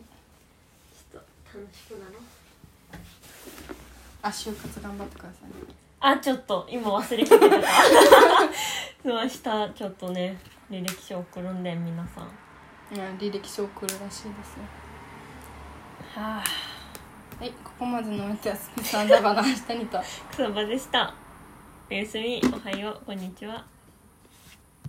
[SPEAKER 1] ょっと楽しくなろう
[SPEAKER 2] あ就活頑張ってくださいね
[SPEAKER 1] あちょっと今忘れかけてた そう明日ちょっとね履歴書送るんで皆さんはい
[SPEAKER 2] や履歴書送るらしいですよ
[SPEAKER 1] あ
[SPEAKER 2] はいここまでのお手すみさんだばな明日にと
[SPEAKER 1] 草場でしたおやすみおはようこんにちは